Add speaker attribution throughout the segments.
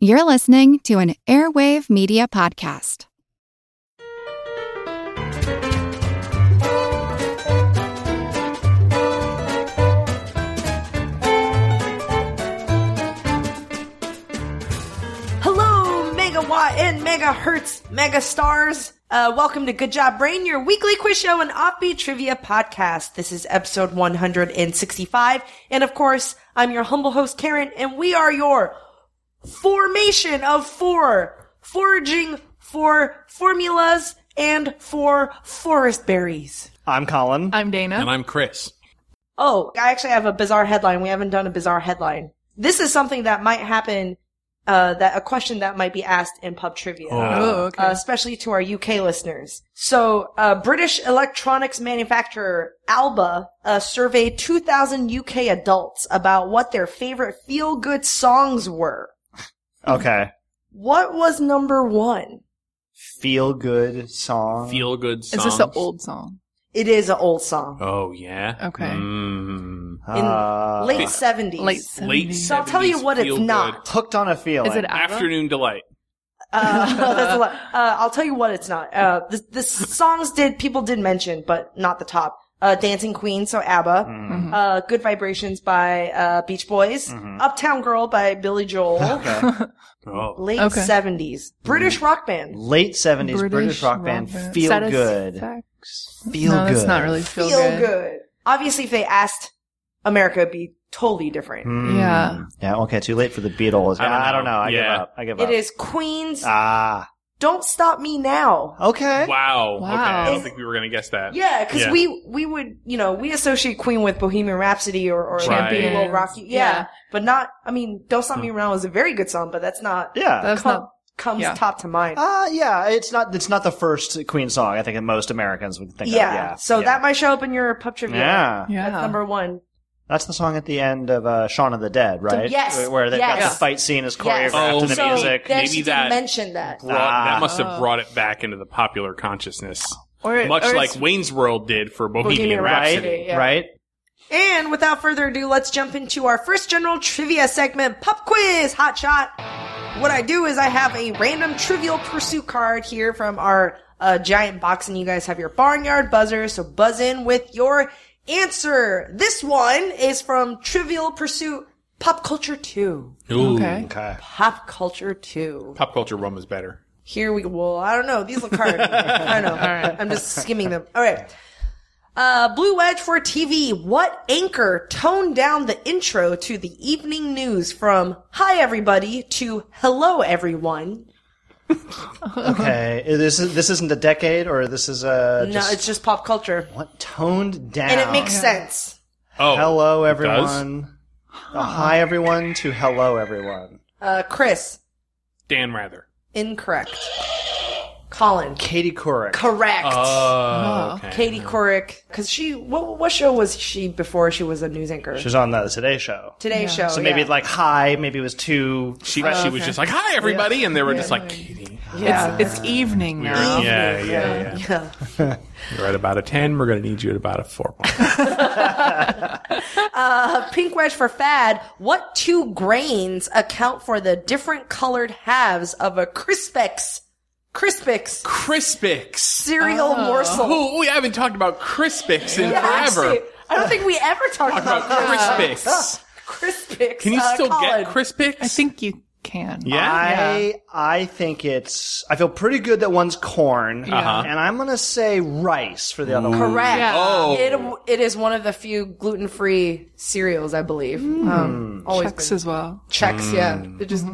Speaker 1: You're listening to an Airwave Media Podcast.
Speaker 2: Hello, megawatt and megahertz, mega stars. Uh, welcome to Good Job Brain, your weekly quiz show and offbeat trivia podcast. This is episode 165. And of course, I'm your humble host, Karen, and we are your formation of four, foraging for formulas and for forest berries.
Speaker 3: I'm Colin.
Speaker 4: I'm Dana.
Speaker 5: And I'm Chris.
Speaker 2: Oh, I actually have a bizarre headline. We haven't done a bizarre headline. This is something that might happen, uh, that a question that might be asked in pub trivia.
Speaker 4: oh, okay.
Speaker 2: uh, especially to our UK listeners. So, uh, British electronics manufacturer Alba uh, surveyed 2,000 UK adults about what their favorite feel-good songs were.
Speaker 3: Okay.
Speaker 2: What was number one?
Speaker 3: Feel good song.
Speaker 5: Feel good songs.
Speaker 4: Is this an old song?
Speaker 2: It is an old song,
Speaker 5: Oh yeah.
Speaker 4: Okay.
Speaker 5: Mm.
Speaker 3: Uh,
Speaker 2: late 70s.
Speaker 4: Late
Speaker 5: Late.
Speaker 4: 70s.
Speaker 2: So I'll tell you
Speaker 5: 70s
Speaker 2: what it's
Speaker 5: feel good.
Speaker 2: not.
Speaker 3: Hooked on a feeling.
Speaker 4: Is it ABBA?
Speaker 5: Afternoon delight.
Speaker 2: Uh, that's a lot. Uh, I'll tell you what it's not. Uh, the, the songs did people did mention, but not the top. Uh, Dancing Queen, so ABBA.
Speaker 4: Mm-hmm.
Speaker 3: Mm.
Speaker 2: uh, Good Vibrations by uh, Beach Boys,
Speaker 3: Mhm.
Speaker 2: Uptown Girl by Billy Joel,
Speaker 3: Okay. Mm.
Speaker 5: Oh.
Speaker 2: late
Speaker 4: Okay.
Speaker 2: 70s, British rock band.
Speaker 3: Late 70s British, rock band. Feel good.
Speaker 4: Satisfax-
Speaker 3: Feel
Speaker 4: no,
Speaker 3: good.
Speaker 4: that's not really feel,
Speaker 2: Feel, good. Obviously, if they asked America, it'd be totally different.
Speaker 3: Mm.
Speaker 4: Yeah.
Speaker 3: Yeah, okay. Too late for the Beatles.
Speaker 5: I don't
Speaker 3: I don't
Speaker 5: know.
Speaker 3: know. I give
Speaker 5: Yeah.
Speaker 3: up. I give
Speaker 2: It
Speaker 3: up.
Speaker 2: is Queen's
Speaker 3: Ah.
Speaker 2: Don't Stop Me Now.
Speaker 3: Okay.
Speaker 5: Wow. Okay.
Speaker 4: Wow.
Speaker 5: I don't think we were gonna guess that.
Speaker 2: Yeah, because
Speaker 5: Yeah.
Speaker 2: we we would you know we associate Queen with Bohemian Rhapsody or or like Baby
Speaker 5: Champions.
Speaker 2: Will Rock You, yeah,
Speaker 4: Yeah.
Speaker 2: but not. I mean, Don't
Speaker 3: Hmm.
Speaker 2: Stop Me Now is a very good song, but that's not
Speaker 3: Yeah.
Speaker 4: That's
Speaker 2: com-
Speaker 4: not.
Speaker 2: comes
Speaker 4: yeah.
Speaker 2: top to mind.
Speaker 3: Uh, yeah, it's not it's not the first Queen song I think that most Americans would think
Speaker 2: yeah.
Speaker 3: of. Yeah.
Speaker 2: so
Speaker 3: yeah.
Speaker 2: that might show up in your pub trivia.
Speaker 3: Yeah.
Speaker 4: Yeah.
Speaker 2: That's number one.
Speaker 3: That's the song at the end of uh, Shaun of the Dead, right?
Speaker 2: yes,
Speaker 3: Where- Where they've got
Speaker 2: yes.
Speaker 3: the fight scene is
Speaker 2: Yes.
Speaker 3: choreographed
Speaker 5: Oh,
Speaker 3: to the
Speaker 5: so
Speaker 3: music.
Speaker 2: They
Speaker 5: Maybe
Speaker 2: actually
Speaker 5: that-
Speaker 2: did mention that.
Speaker 5: Brought,
Speaker 3: Ah.
Speaker 5: That must have
Speaker 4: Oh.
Speaker 5: brought it back into the popular consciousness,
Speaker 4: Or,
Speaker 5: much
Speaker 4: or
Speaker 5: like
Speaker 4: it's-
Speaker 5: Wayne's World did for Bohemian,
Speaker 2: Bohemian
Speaker 5: Rhapsody.
Speaker 2: Rhapsody. Yeah.
Speaker 3: Right?
Speaker 2: And without further ado, let's jump into our first general trivia segment, Pop Quiz Hot Shot. What I do is I have a random trivial pursuit card here from our uh, giant box, and you guys have your barnyard buzzer, so buzz in with your answer. This one is from Trivial Pursuit Pop Culture 2.
Speaker 5: Ooh.
Speaker 4: Okay.
Speaker 3: Okay.
Speaker 2: Pop Culture 2.
Speaker 5: Pop culture one was better.
Speaker 2: Here we well, I don't know. These look hard. I don't know. I'm just skimming them. All right. Uh, Blue Wedge for TV. What anchor toned down the intro to the evening news from "Hi everybody" to "Hello everyone"?
Speaker 3: Okay, this is this isn't a decade, or this is a
Speaker 2: Uh-huh. No,
Speaker 3: just,
Speaker 2: it's just pop culture,
Speaker 3: what toned down.
Speaker 2: and it makes sense.
Speaker 5: Oh.
Speaker 3: hello
Speaker 5: it does?
Speaker 3: everyone, A hi everyone to hello everyone.
Speaker 2: Uh, Chris,
Speaker 5: Dan Rather.
Speaker 2: incorrect. Colin,
Speaker 3: Katie Couric.
Speaker 2: correct.
Speaker 5: Oh. okay.
Speaker 2: Katie Couric, because she what what show was she before she was a news anchor?
Speaker 3: she was on the Today Show,
Speaker 2: Today show.
Speaker 3: so maybe
Speaker 2: Oh, yeah.
Speaker 3: like hi, maybe it was too.
Speaker 5: She, she was just like, "Hi, everybody," and they were just like, "Katie."
Speaker 2: yeah.
Speaker 4: It's evening
Speaker 5: You're-
Speaker 4: now.
Speaker 5: yeah, yeah, yeah.
Speaker 2: yeah.
Speaker 5: You're at about a ten. We're gonna need you at about a four.
Speaker 2: Pink wedge for fad. What two grains account for the different colored halves of a Crispix? Crispix
Speaker 5: Crispix.
Speaker 2: cereal morsel.
Speaker 5: Oh, we haven't talked about Crispix in
Speaker 2: Yeah,
Speaker 5: forever.
Speaker 2: actually, I don't think we ever talked about
Speaker 5: about Crispix.
Speaker 2: Crispix.
Speaker 5: Can you
Speaker 2: uh,
Speaker 5: still
Speaker 2: Colin.
Speaker 5: get Crispix?
Speaker 4: I think you can.
Speaker 5: Yeah.
Speaker 3: I I think it's I feel pretty good that one's corn,
Speaker 4: Uh-huh.
Speaker 3: and I'm gonna say rice for the other one.
Speaker 2: Correct.
Speaker 4: Yeah.
Speaker 5: Oh.
Speaker 2: It, it is one of the few gluten free cereals, I believe.
Speaker 5: Mm.
Speaker 2: Um, always
Speaker 4: Checks
Speaker 2: been.
Speaker 4: as well.
Speaker 2: Chex, yeah. They're just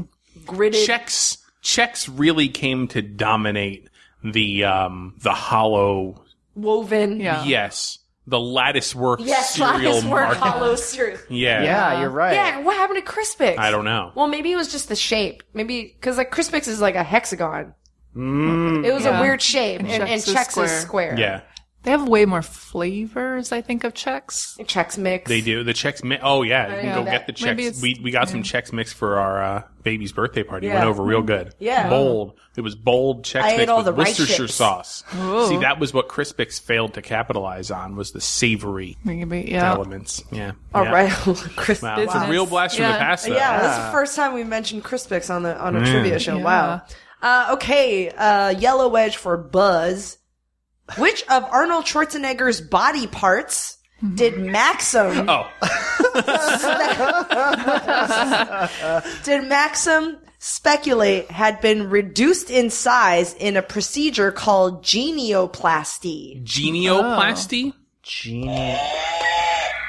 Speaker 2: gritted.
Speaker 5: checks checks really came to dominate the um the hollow
Speaker 2: woven.
Speaker 4: Yeah.
Speaker 5: yes the lattice work
Speaker 2: Uh-huh. Yes,
Speaker 5: cereal
Speaker 2: lattice work,
Speaker 5: market.
Speaker 2: hollow cereal.
Speaker 5: Yeah.
Speaker 3: Yeah, you're right.
Speaker 2: Yeah, what happened to Crispix?
Speaker 5: I don't know.
Speaker 2: Well, maybe it was just the shape. Maybe because like Crispix is like a hexagon. It was a
Speaker 4: Yeah.
Speaker 2: weird shape, and, and
Speaker 4: Chex is
Speaker 2: Chex is
Speaker 4: square.
Speaker 2: square.
Speaker 5: Mm. yeah.
Speaker 4: They have way more flavors, I think, of Chex.
Speaker 2: Chex Mix.
Speaker 5: They do the checks. Mi- oh yeah, you
Speaker 4: yeah,
Speaker 5: can go
Speaker 4: that-
Speaker 5: get the
Speaker 4: maybe
Speaker 5: checks.
Speaker 4: it's-
Speaker 5: We we got some checks mixed for our uh, baby's birthday party. It
Speaker 2: Yeah. Mm-hmm.
Speaker 5: Went over real good.
Speaker 2: Yeah.
Speaker 5: bold. It was bold checks
Speaker 2: I ate
Speaker 5: mixed
Speaker 2: all
Speaker 5: with
Speaker 2: the rice
Speaker 5: Worcestershire
Speaker 2: chips.
Speaker 5: sauce. See, that was what Crispix failed to capitalize on was the savory
Speaker 4: Maybe, yeah.
Speaker 5: elements. Yeah.
Speaker 2: All
Speaker 5: yeah.
Speaker 2: right, Crispix.
Speaker 5: Wow, it's a
Speaker 2: Wow.
Speaker 5: real blast from
Speaker 4: Yeah.
Speaker 5: the past. though.
Speaker 2: Yeah, that's the first time we mentioned Crispix on the on a
Speaker 5: Mm.
Speaker 2: trivia show. Wow. Uh, okay, uh, yellow wedge for Buzz. Which of Arnold Schwarzenegger's body parts did Maxim
Speaker 5: Oh,
Speaker 2: did Maxim speculate had been reduced in size in a procedure called genioplasty?
Speaker 5: genioplasty.
Speaker 2: Oh.
Speaker 3: Genie.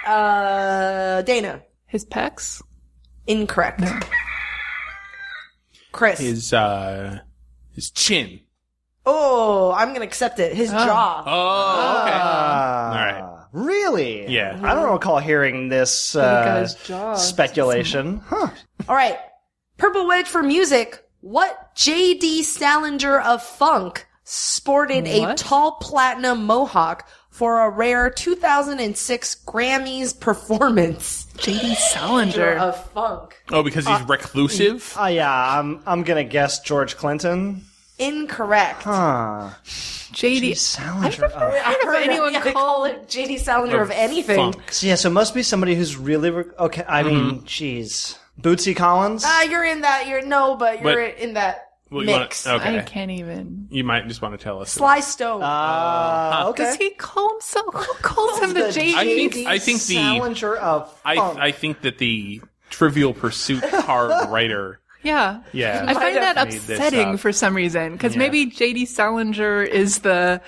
Speaker 2: Uh, Dana,
Speaker 4: His pecs?
Speaker 2: incorrect. Chris,
Speaker 5: His uh, his chin.
Speaker 2: oh, I'm gonna accept it. His jaw.
Speaker 5: Oh, okay.
Speaker 3: Ah, Really?
Speaker 5: Yeah.
Speaker 3: I don't recall hearing this
Speaker 4: got
Speaker 3: uh,
Speaker 4: his jaw.
Speaker 3: speculation. Huh.
Speaker 2: All right. Purple Wedge for music. What J.D. Salinger of Funk sported a
Speaker 4: What?
Speaker 2: tall platinum mohawk for a rare 2006 Grammys performance
Speaker 4: J.D. Salinger.
Speaker 2: of Funk?
Speaker 5: oh, because
Speaker 2: Ah.
Speaker 5: he's reclusive.
Speaker 3: Oh, yeah, I'm, I'm going to guess George Clinton.
Speaker 2: Incorrect.
Speaker 3: Huh.
Speaker 4: J.D.
Speaker 3: Salinger. Oh.
Speaker 2: I don't know if
Speaker 4: anyone
Speaker 2: yeah, they call it J.D. Salinger of,
Speaker 5: Of
Speaker 2: anything.
Speaker 5: Funk.
Speaker 3: So, yeah, so it must be somebody who's really. Re- okay, I mean,
Speaker 5: Mm-hmm.
Speaker 3: jeez. Bootsy Collins?
Speaker 2: Uh, you're in that. You're no, but you're
Speaker 5: But-
Speaker 2: in that
Speaker 5: Well, you wanna-
Speaker 2: mix.
Speaker 5: okay. Um,
Speaker 4: I can't even.
Speaker 5: You might just want to tell us.
Speaker 2: Sly Stone.
Speaker 3: Ah, okay.
Speaker 4: Does he call himself? Who calls him the J.D.?
Speaker 5: I think- I think the-
Speaker 3: Salinger of
Speaker 5: I
Speaker 3: Funk.
Speaker 5: I think that the Trivial Pursuit card writer.
Speaker 4: yeah.
Speaker 5: Yeah.
Speaker 4: I find that
Speaker 5: made this
Speaker 4: upsetting
Speaker 5: up.
Speaker 4: for some reason because
Speaker 5: Yeah.
Speaker 4: maybe J.D. Salinger is the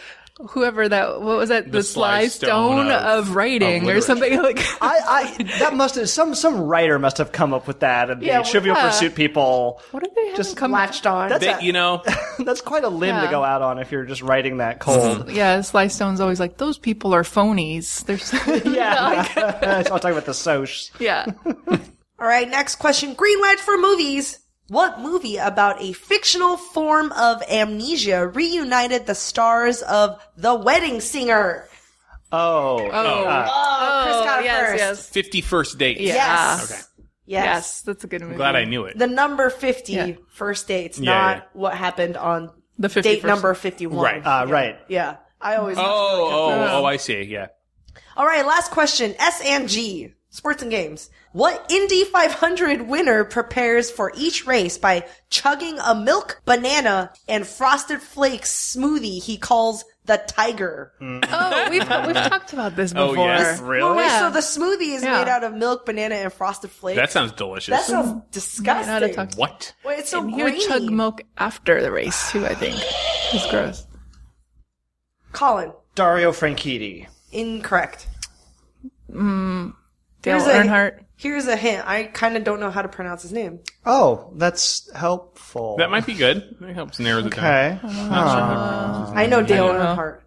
Speaker 4: whoever that what was that the, Sly
Speaker 5: Sly Stone
Speaker 4: Stone
Speaker 5: of-
Speaker 4: of, writing
Speaker 5: of
Speaker 4: or something like.
Speaker 3: I, I that must have, some some writer must have come up with that, and
Speaker 2: Yeah,
Speaker 3: the Trivial
Speaker 4: yeah.
Speaker 3: Pursuit people.
Speaker 4: what did they
Speaker 3: Just
Speaker 4: just come?
Speaker 2: latched on.
Speaker 3: That's
Speaker 5: They,
Speaker 3: a-
Speaker 5: you know,
Speaker 3: that's quite a limb to
Speaker 4: Yeah.
Speaker 3: go out on if you're just writing that
Speaker 5: Mm-hmm.
Speaker 3: cold.
Speaker 4: Yeah, Sly Stone's always like those people are phonies. They're so-
Speaker 3: yeah, so I'll talk about the soch.
Speaker 4: yeah.
Speaker 2: All right, next question. Green Wedge for movies. What movie about a fictional form of amnesia reunited the stars of The Wedding Singer?
Speaker 3: Oh,
Speaker 4: Oh,
Speaker 2: Oh, Chris got it
Speaker 4: yes,
Speaker 2: first.
Speaker 4: yes,
Speaker 5: fifty first date.
Speaker 4: Yeah.
Speaker 2: Yes.
Speaker 5: Okay.
Speaker 2: Yes.
Speaker 4: yes. That's a good movie.
Speaker 5: I'm glad I knew it.
Speaker 2: The number 50
Speaker 4: Yeah.
Speaker 2: first dates,
Speaker 5: Yeah,
Speaker 2: not
Speaker 5: yeah.
Speaker 2: what happened on
Speaker 4: The
Speaker 2: date
Speaker 4: 51st.
Speaker 2: number 51.
Speaker 5: Right.
Speaker 3: uh, right.
Speaker 2: Yeah. I always.
Speaker 5: oh, oh, oh! I see. Yeah.
Speaker 2: All right, last question. S and G. Sports and games. What Indy 500 winner prepares for each race by chugging a milk, banana, and frosted flakes smoothie he calls the tiger?
Speaker 4: Oh, we've we've talked about this
Speaker 5: Oh,
Speaker 4: before.
Speaker 5: yes.
Speaker 2: Oh,
Speaker 3: Really?
Speaker 2: wait,
Speaker 4: Yeah.
Speaker 2: so the smoothie is
Speaker 4: Yeah. Mm-hmm.
Speaker 2: made out of milk, banana, and frosted flakes?
Speaker 5: That sounds delicious.
Speaker 2: that sounds
Speaker 4: I know how to
Speaker 2: disgusting.
Speaker 4: talk.
Speaker 5: what?
Speaker 2: Wait, it's so
Speaker 4: And he would
Speaker 2: greeny.
Speaker 4: chug milk after the race too. I think it's gross.
Speaker 2: Colin,
Speaker 3: Dario Franchitti.
Speaker 2: incorrect.
Speaker 4: Dale
Speaker 2: Here's a-
Speaker 4: Earnhardt.
Speaker 2: Here's a hint. I kind of don't know how to pronounce his name.
Speaker 3: Oh, that's helpful.
Speaker 5: That might be good. It helps narrow the down.
Speaker 3: okay.
Speaker 5: Uh,
Speaker 2: I know Dale
Speaker 4: Um, don't know.
Speaker 2: Earnhardt.
Speaker 3: Oh.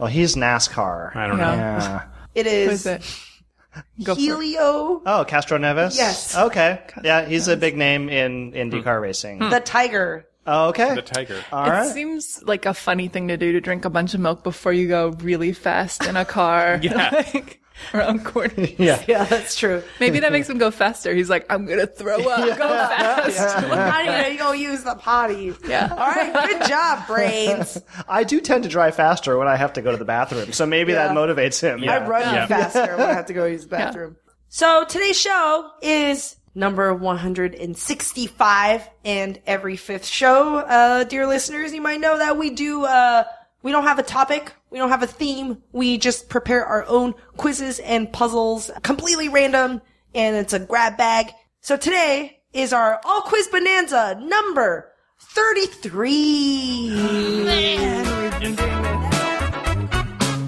Speaker 3: Well, he's NASCAR.
Speaker 5: I don't know.
Speaker 4: Yeah.
Speaker 3: Yeah.
Speaker 2: It
Speaker 4: Who
Speaker 2: is,
Speaker 4: is it? Go for it.
Speaker 2: Helio
Speaker 3: Oh, Castro Neves.
Speaker 2: Yes.
Speaker 3: Okay. Yeah, he's a big name in IndyCar racing.
Speaker 2: the tiger.
Speaker 3: Oh, okay.
Speaker 5: Hmm. The tiger.
Speaker 3: All right.
Speaker 4: It seems like a funny thing to do to drink a bunch of milk before you go really fast in a car.
Speaker 5: Yeah.
Speaker 4: Like, around corners.
Speaker 3: yeah.
Speaker 2: Yeah, that's true.
Speaker 4: Maybe that makes him go faster. He's like, I'm going to throw up. Go fast.
Speaker 2: Not even you gonna use the potty.
Speaker 4: Yeah.
Speaker 2: All right, good job, brains.
Speaker 3: I do tend to drive faster when I have to go to the bathroom, so maybe
Speaker 2: Yeah.
Speaker 3: that motivates him.
Speaker 5: Yeah.
Speaker 2: I run
Speaker 5: Yeah.
Speaker 2: faster when I have to go use the bathroom. So today's show is number 165, and every fifth show, uh, dear listeners, you might know that we do. Uh, we don't have a topic. We don't have a theme. We just prepare our own quizzes and puzzles, completely random, and it's a grab bag. So today is our all quiz bonanza number 33. And we've been doing that.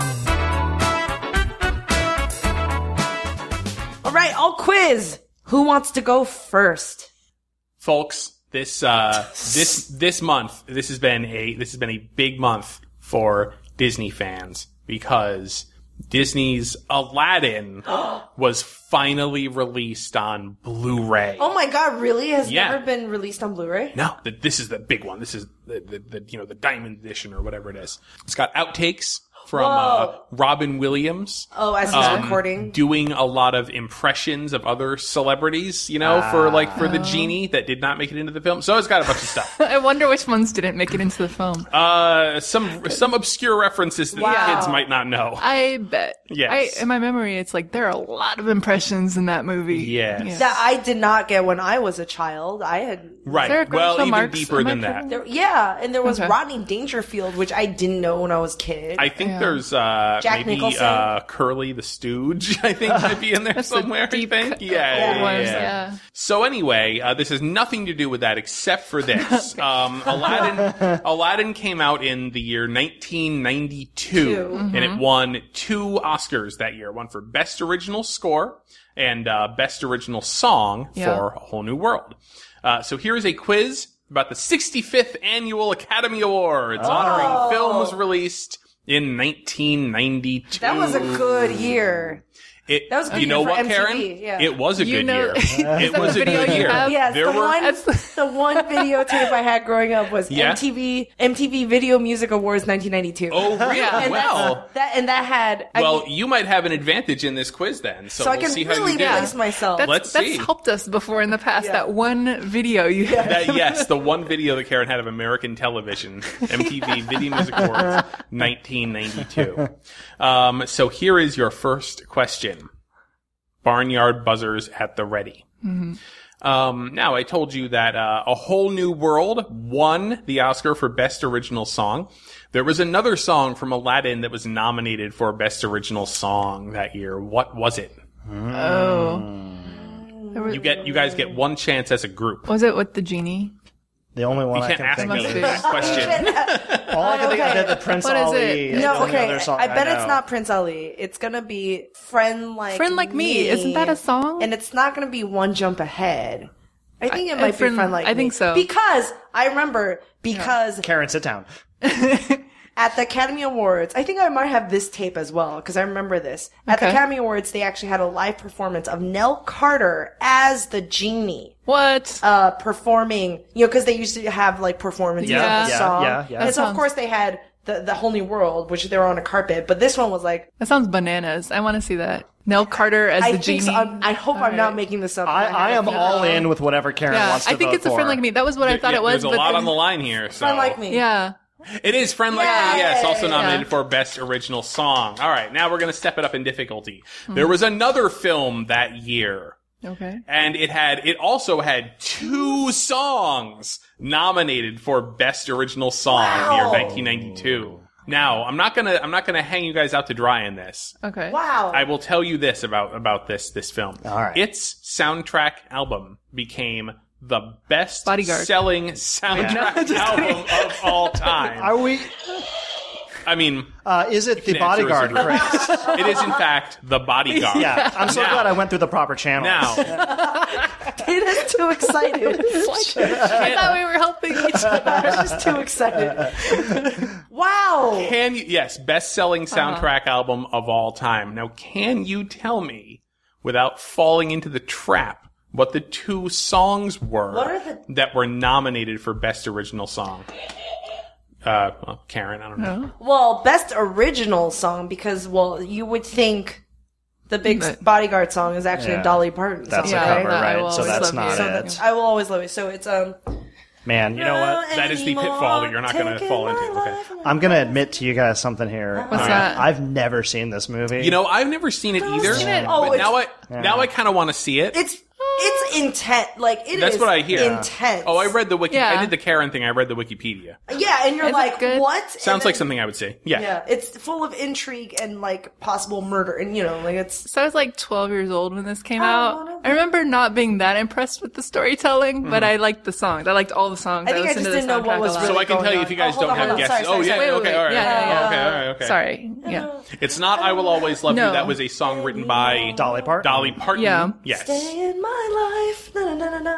Speaker 2: All right, I'll quiz. Who wants to go first?
Speaker 5: folks this uh this this month this has been a this has been a big month for disney fans because disney's aladdin was finally released on blu-ray
Speaker 2: Oh my god, really? Has
Speaker 5: Yeah.
Speaker 2: never been released on Blu-ray?
Speaker 5: no th- this is the big one this is the, the, the you know the diamond edition or whatever it is it's got outtakes from uh, Robin Williams.
Speaker 2: Oh, as he's
Speaker 5: um,
Speaker 2: recording.
Speaker 5: doing a lot of impressions of other celebrities, you know, for like for the
Speaker 4: Oh.
Speaker 5: genie that did not make it into the film. So it's got a bunch of stuff.
Speaker 4: I wonder which ones didn't make it into the film.
Speaker 5: Uh, some some obscure references that the
Speaker 2: Wow.
Speaker 5: kids might not know.
Speaker 4: I bet.
Speaker 5: Yes.
Speaker 4: I, in my memory, it's like there are a lot of impressions in that movie.
Speaker 5: Yes.
Speaker 4: Yeah.
Speaker 2: that I did not get when I was a child. I had
Speaker 4: there a
Speaker 5: right. Well,
Speaker 4: Groucho
Speaker 5: even
Speaker 4: Marx?
Speaker 5: deeper
Speaker 4: Am I
Speaker 5: than that.
Speaker 4: tripping?
Speaker 2: there, yeah, and there was
Speaker 4: Okay.
Speaker 2: Rodney Dangerfield, which I didn't know when I was a kid.
Speaker 5: I think
Speaker 4: Yeah.
Speaker 5: there's uh,
Speaker 2: Jack
Speaker 5: maybe
Speaker 2: Nicholson.
Speaker 5: uh, Curly the Stooge. I think might be in there
Speaker 4: That's a
Speaker 5: somewhere.
Speaker 4: deep
Speaker 5: I think.
Speaker 4: cut-
Speaker 5: Yeah, yeah,
Speaker 4: old ones,
Speaker 5: yeah.
Speaker 4: yeah.
Speaker 5: So anyway, uh, this has nothing to do with that except for this. um, Aladdin. Aladdin came out in the year 1992,
Speaker 2: Two. Mm-hmm.
Speaker 5: and it won two Oscars that year. One for Best Original Score and uh, Best Original Song
Speaker 4: Yeah.
Speaker 5: for A Whole New World. Uh, so here is a quiz about the 65th annual Academy Awards
Speaker 4: Oh.
Speaker 5: honoring films released in 1992.
Speaker 2: that was a good year.
Speaker 5: It,
Speaker 2: that was a good
Speaker 5: you know
Speaker 2: year for
Speaker 5: what,
Speaker 2: MTV,
Speaker 5: Karen?
Speaker 2: yeah.
Speaker 5: It was a
Speaker 4: You
Speaker 5: good
Speaker 4: know-
Speaker 5: year.
Speaker 4: Is that
Speaker 5: it
Speaker 4: the
Speaker 5: was a
Speaker 4: video
Speaker 5: good
Speaker 4: you
Speaker 5: year.
Speaker 4: have?
Speaker 2: Yes,
Speaker 5: there
Speaker 2: the
Speaker 5: were
Speaker 2: one
Speaker 4: That's-
Speaker 2: the one videotape I had growing up was
Speaker 5: Yeah?
Speaker 2: MTV MTV Video Music Awards 1992.
Speaker 5: Oh,
Speaker 2: and
Speaker 5: really?
Speaker 2: that's-
Speaker 5: well,
Speaker 2: that and that had I
Speaker 5: well,
Speaker 2: mean,
Speaker 5: you might have an advantage in this quiz then. So,
Speaker 2: so I
Speaker 5: we'll
Speaker 2: can
Speaker 5: see how
Speaker 2: really
Speaker 5: you do.
Speaker 2: place myself.
Speaker 4: That's,
Speaker 5: Let's
Speaker 4: that's
Speaker 5: see.
Speaker 4: helped us before in the past.
Speaker 2: Yeah.
Speaker 4: That one video you had.
Speaker 5: That, yes, the one video that Karen had of American television, MTV Video Music Awards, 1992. Um, so here is your first question. Barnyard buzzers at the ready.
Speaker 2: Mm-hmm.
Speaker 5: Um, now I told you that uh, a whole new world won the Oscar for best original song. There was another song from Aladdin that was nominated for best original song that year. What was it?
Speaker 4: Oh. There was,
Speaker 5: Mm. You get, you guys get one chance as a group.
Speaker 4: was it with the genie?
Speaker 3: The only one
Speaker 5: You
Speaker 3: I
Speaker 5: can't
Speaker 3: can
Speaker 5: ask
Speaker 3: think
Speaker 5: me
Speaker 4: Must
Speaker 3: of.
Speaker 4: be.
Speaker 5: that question.
Speaker 3: All I can think of
Speaker 2: Oh, Okay.
Speaker 3: is the Prince
Speaker 4: What is
Speaker 3: Ali.
Speaker 4: it?
Speaker 3: is the
Speaker 2: no,
Speaker 3: only
Speaker 2: okay.
Speaker 3: other song
Speaker 2: I bet it's
Speaker 3: know.
Speaker 2: not Prince Ali. It's gonna be friend like
Speaker 4: Friend Like Me. Isn't that a song?
Speaker 2: And it's not gonna be one jump ahead. I think it
Speaker 4: I-
Speaker 2: might
Speaker 4: Friend-
Speaker 2: be friend like
Speaker 4: I
Speaker 2: Me.
Speaker 4: think so.
Speaker 2: because I remember because
Speaker 3: Karen, sit down.
Speaker 2: at the Academy Awards, I think I might have this tape as well because I remember this. At the
Speaker 4: Okay.
Speaker 2: Academy Awards, they actually had a live performance of Nell Carter as the genie
Speaker 4: What?
Speaker 2: uh, performing, you know, because they used to have like performances
Speaker 4: Yeah.
Speaker 2: of the
Speaker 4: Yeah,
Speaker 2: song.
Speaker 3: yeah, yeah.
Speaker 2: And
Speaker 4: That
Speaker 2: so, of
Speaker 4: sounds-
Speaker 2: course, they had the, the whole new world, which they were on a carpet, but this one was like,
Speaker 4: that sounds bananas. I want to see that. Nell Carter as
Speaker 2: I
Speaker 4: the
Speaker 2: think
Speaker 4: genie.
Speaker 2: so, I'm- i hope I'm not making this up.
Speaker 3: I,
Speaker 2: have
Speaker 3: I
Speaker 2: a
Speaker 3: am
Speaker 2: feeling.
Speaker 3: all in with whatever Karen
Speaker 4: yeah,
Speaker 3: wants to
Speaker 4: I think
Speaker 3: vote
Speaker 4: it's a
Speaker 3: for.
Speaker 4: friend like me. That was what I thought it was.
Speaker 5: There's a
Speaker 4: but
Speaker 5: lot
Speaker 4: then-
Speaker 5: on the line here. So.
Speaker 2: Friend like me.
Speaker 4: Yeah.
Speaker 5: It is Friend Like
Speaker 2: Yay!
Speaker 5: Me, yes, also nominated
Speaker 4: Yeah.
Speaker 5: for Best Original Song. All right, now we're going to step it up in difficulty. There was another film that year,
Speaker 4: Okay.
Speaker 5: and it had it also had two songs nominated for Best Original Song
Speaker 2: Wow.
Speaker 5: in the year 1992. Now, I'm not going to I'm not going to hang you guys out to dry in this.
Speaker 4: Okay.
Speaker 2: Wow.
Speaker 5: I will tell you this about about this this film.
Speaker 3: All right.
Speaker 5: Its soundtrack album became the best
Speaker 4: Bodyguard.
Speaker 5: selling soundtrack album of all time.
Speaker 3: Are we?
Speaker 5: I mean,
Speaker 3: Uh, is it the
Speaker 5: can answer as
Speaker 3: bodyguard,
Speaker 5: a group.
Speaker 3: Chris?
Speaker 5: it is in fact the bodyguard.
Speaker 3: yeah, I'm so
Speaker 5: Now.
Speaker 3: glad I went through the proper channel.
Speaker 5: Now,
Speaker 2: It is too excited. It's like-
Speaker 4: I thought we were helping each other.
Speaker 2: I was just too excited. wow.
Speaker 5: can you? Yes, best-selling soundtrack album of all time. Now, can you tell me, without falling into the trap, what the two songs were
Speaker 2: What are the-
Speaker 5: that were nominated for best original song? Uh, well, Karen, I don't know.
Speaker 2: Well, best original song because well, you would think the big
Speaker 4: But-
Speaker 2: bodyguard song is actually
Speaker 3: Yeah.
Speaker 2: a Dolly Parton
Speaker 3: That's
Speaker 2: song.
Speaker 4: Yeah,
Speaker 3: a cover,
Speaker 4: that I
Speaker 3: right?
Speaker 4: will
Speaker 3: So
Speaker 4: always
Speaker 3: that's
Speaker 4: love
Speaker 3: not
Speaker 4: you.
Speaker 3: it.
Speaker 4: So
Speaker 2: that's- I will always love it. So it's um.
Speaker 3: Man, you know what?
Speaker 5: That is the pitfall that you're not gonna
Speaker 2: Taking
Speaker 5: fall
Speaker 2: my
Speaker 5: into. Okay.
Speaker 2: life.
Speaker 3: I'm gonna admit to you guys something here.
Speaker 4: What's that?
Speaker 3: I've never seen this movie.
Speaker 5: You know, I've never seen it either.
Speaker 2: seen it.
Speaker 5: But
Speaker 2: Oh,
Speaker 5: now I now I kind of want to see it.
Speaker 2: It's it's intent. Like it is.
Speaker 5: That's what I hear.
Speaker 2: Intense.
Speaker 5: Oh, I read the wiki.
Speaker 4: Yeah.
Speaker 5: I did the Karen thing. I read the Wikipedia.
Speaker 2: Yeah, and you're
Speaker 4: Is it
Speaker 2: like,
Speaker 4: good?
Speaker 2: what? And
Speaker 5: Sounds like
Speaker 2: then-
Speaker 5: something I would say.
Speaker 2: Yeah, it's full of intrigue and like possible murder, and you know, like it's.
Speaker 4: So I was like 12 years old when this came
Speaker 2: I wanna
Speaker 4: out. I remember not being that impressed with the storytelling, but
Speaker 5: Mm-hmm.
Speaker 4: I liked the songs. I liked all the songs.
Speaker 2: I think I
Speaker 4: listened
Speaker 2: just
Speaker 4: to the
Speaker 2: didn't know what
Speaker 4: soundtrack
Speaker 2: was
Speaker 4: a lot.
Speaker 5: So
Speaker 2: really
Speaker 5: I can
Speaker 2: going
Speaker 5: tell you
Speaker 2: on.
Speaker 5: if you guys
Speaker 2: Oh, hold
Speaker 5: don't
Speaker 2: on,
Speaker 5: have
Speaker 2: hold on. Sorry,
Speaker 5: guesses. oh
Speaker 2: sorry,
Speaker 5: yeah,
Speaker 2: sorry.
Speaker 4: Wait, wait,
Speaker 5: okay,
Speaker 4: wait.
Speaker 5: all right,
Speaker 4: Yeah, yeah,
Speaker 5: okay,
Speaker 4: yeah.
Speaker 5: all right, okay.
Speaker 4: Sorry. Yeah.
Speaker 5: It's not "I Will Always Love
Speaker 4: No.
Speaker 5: You." That was a song written by
Speaker 3: Dolly Parton.
Speaker 5: Dolly Parton.
Speaker 4: Yeah.
Speaker 5: Yes.
Speaker 2: Stay in my life. Na na na na na.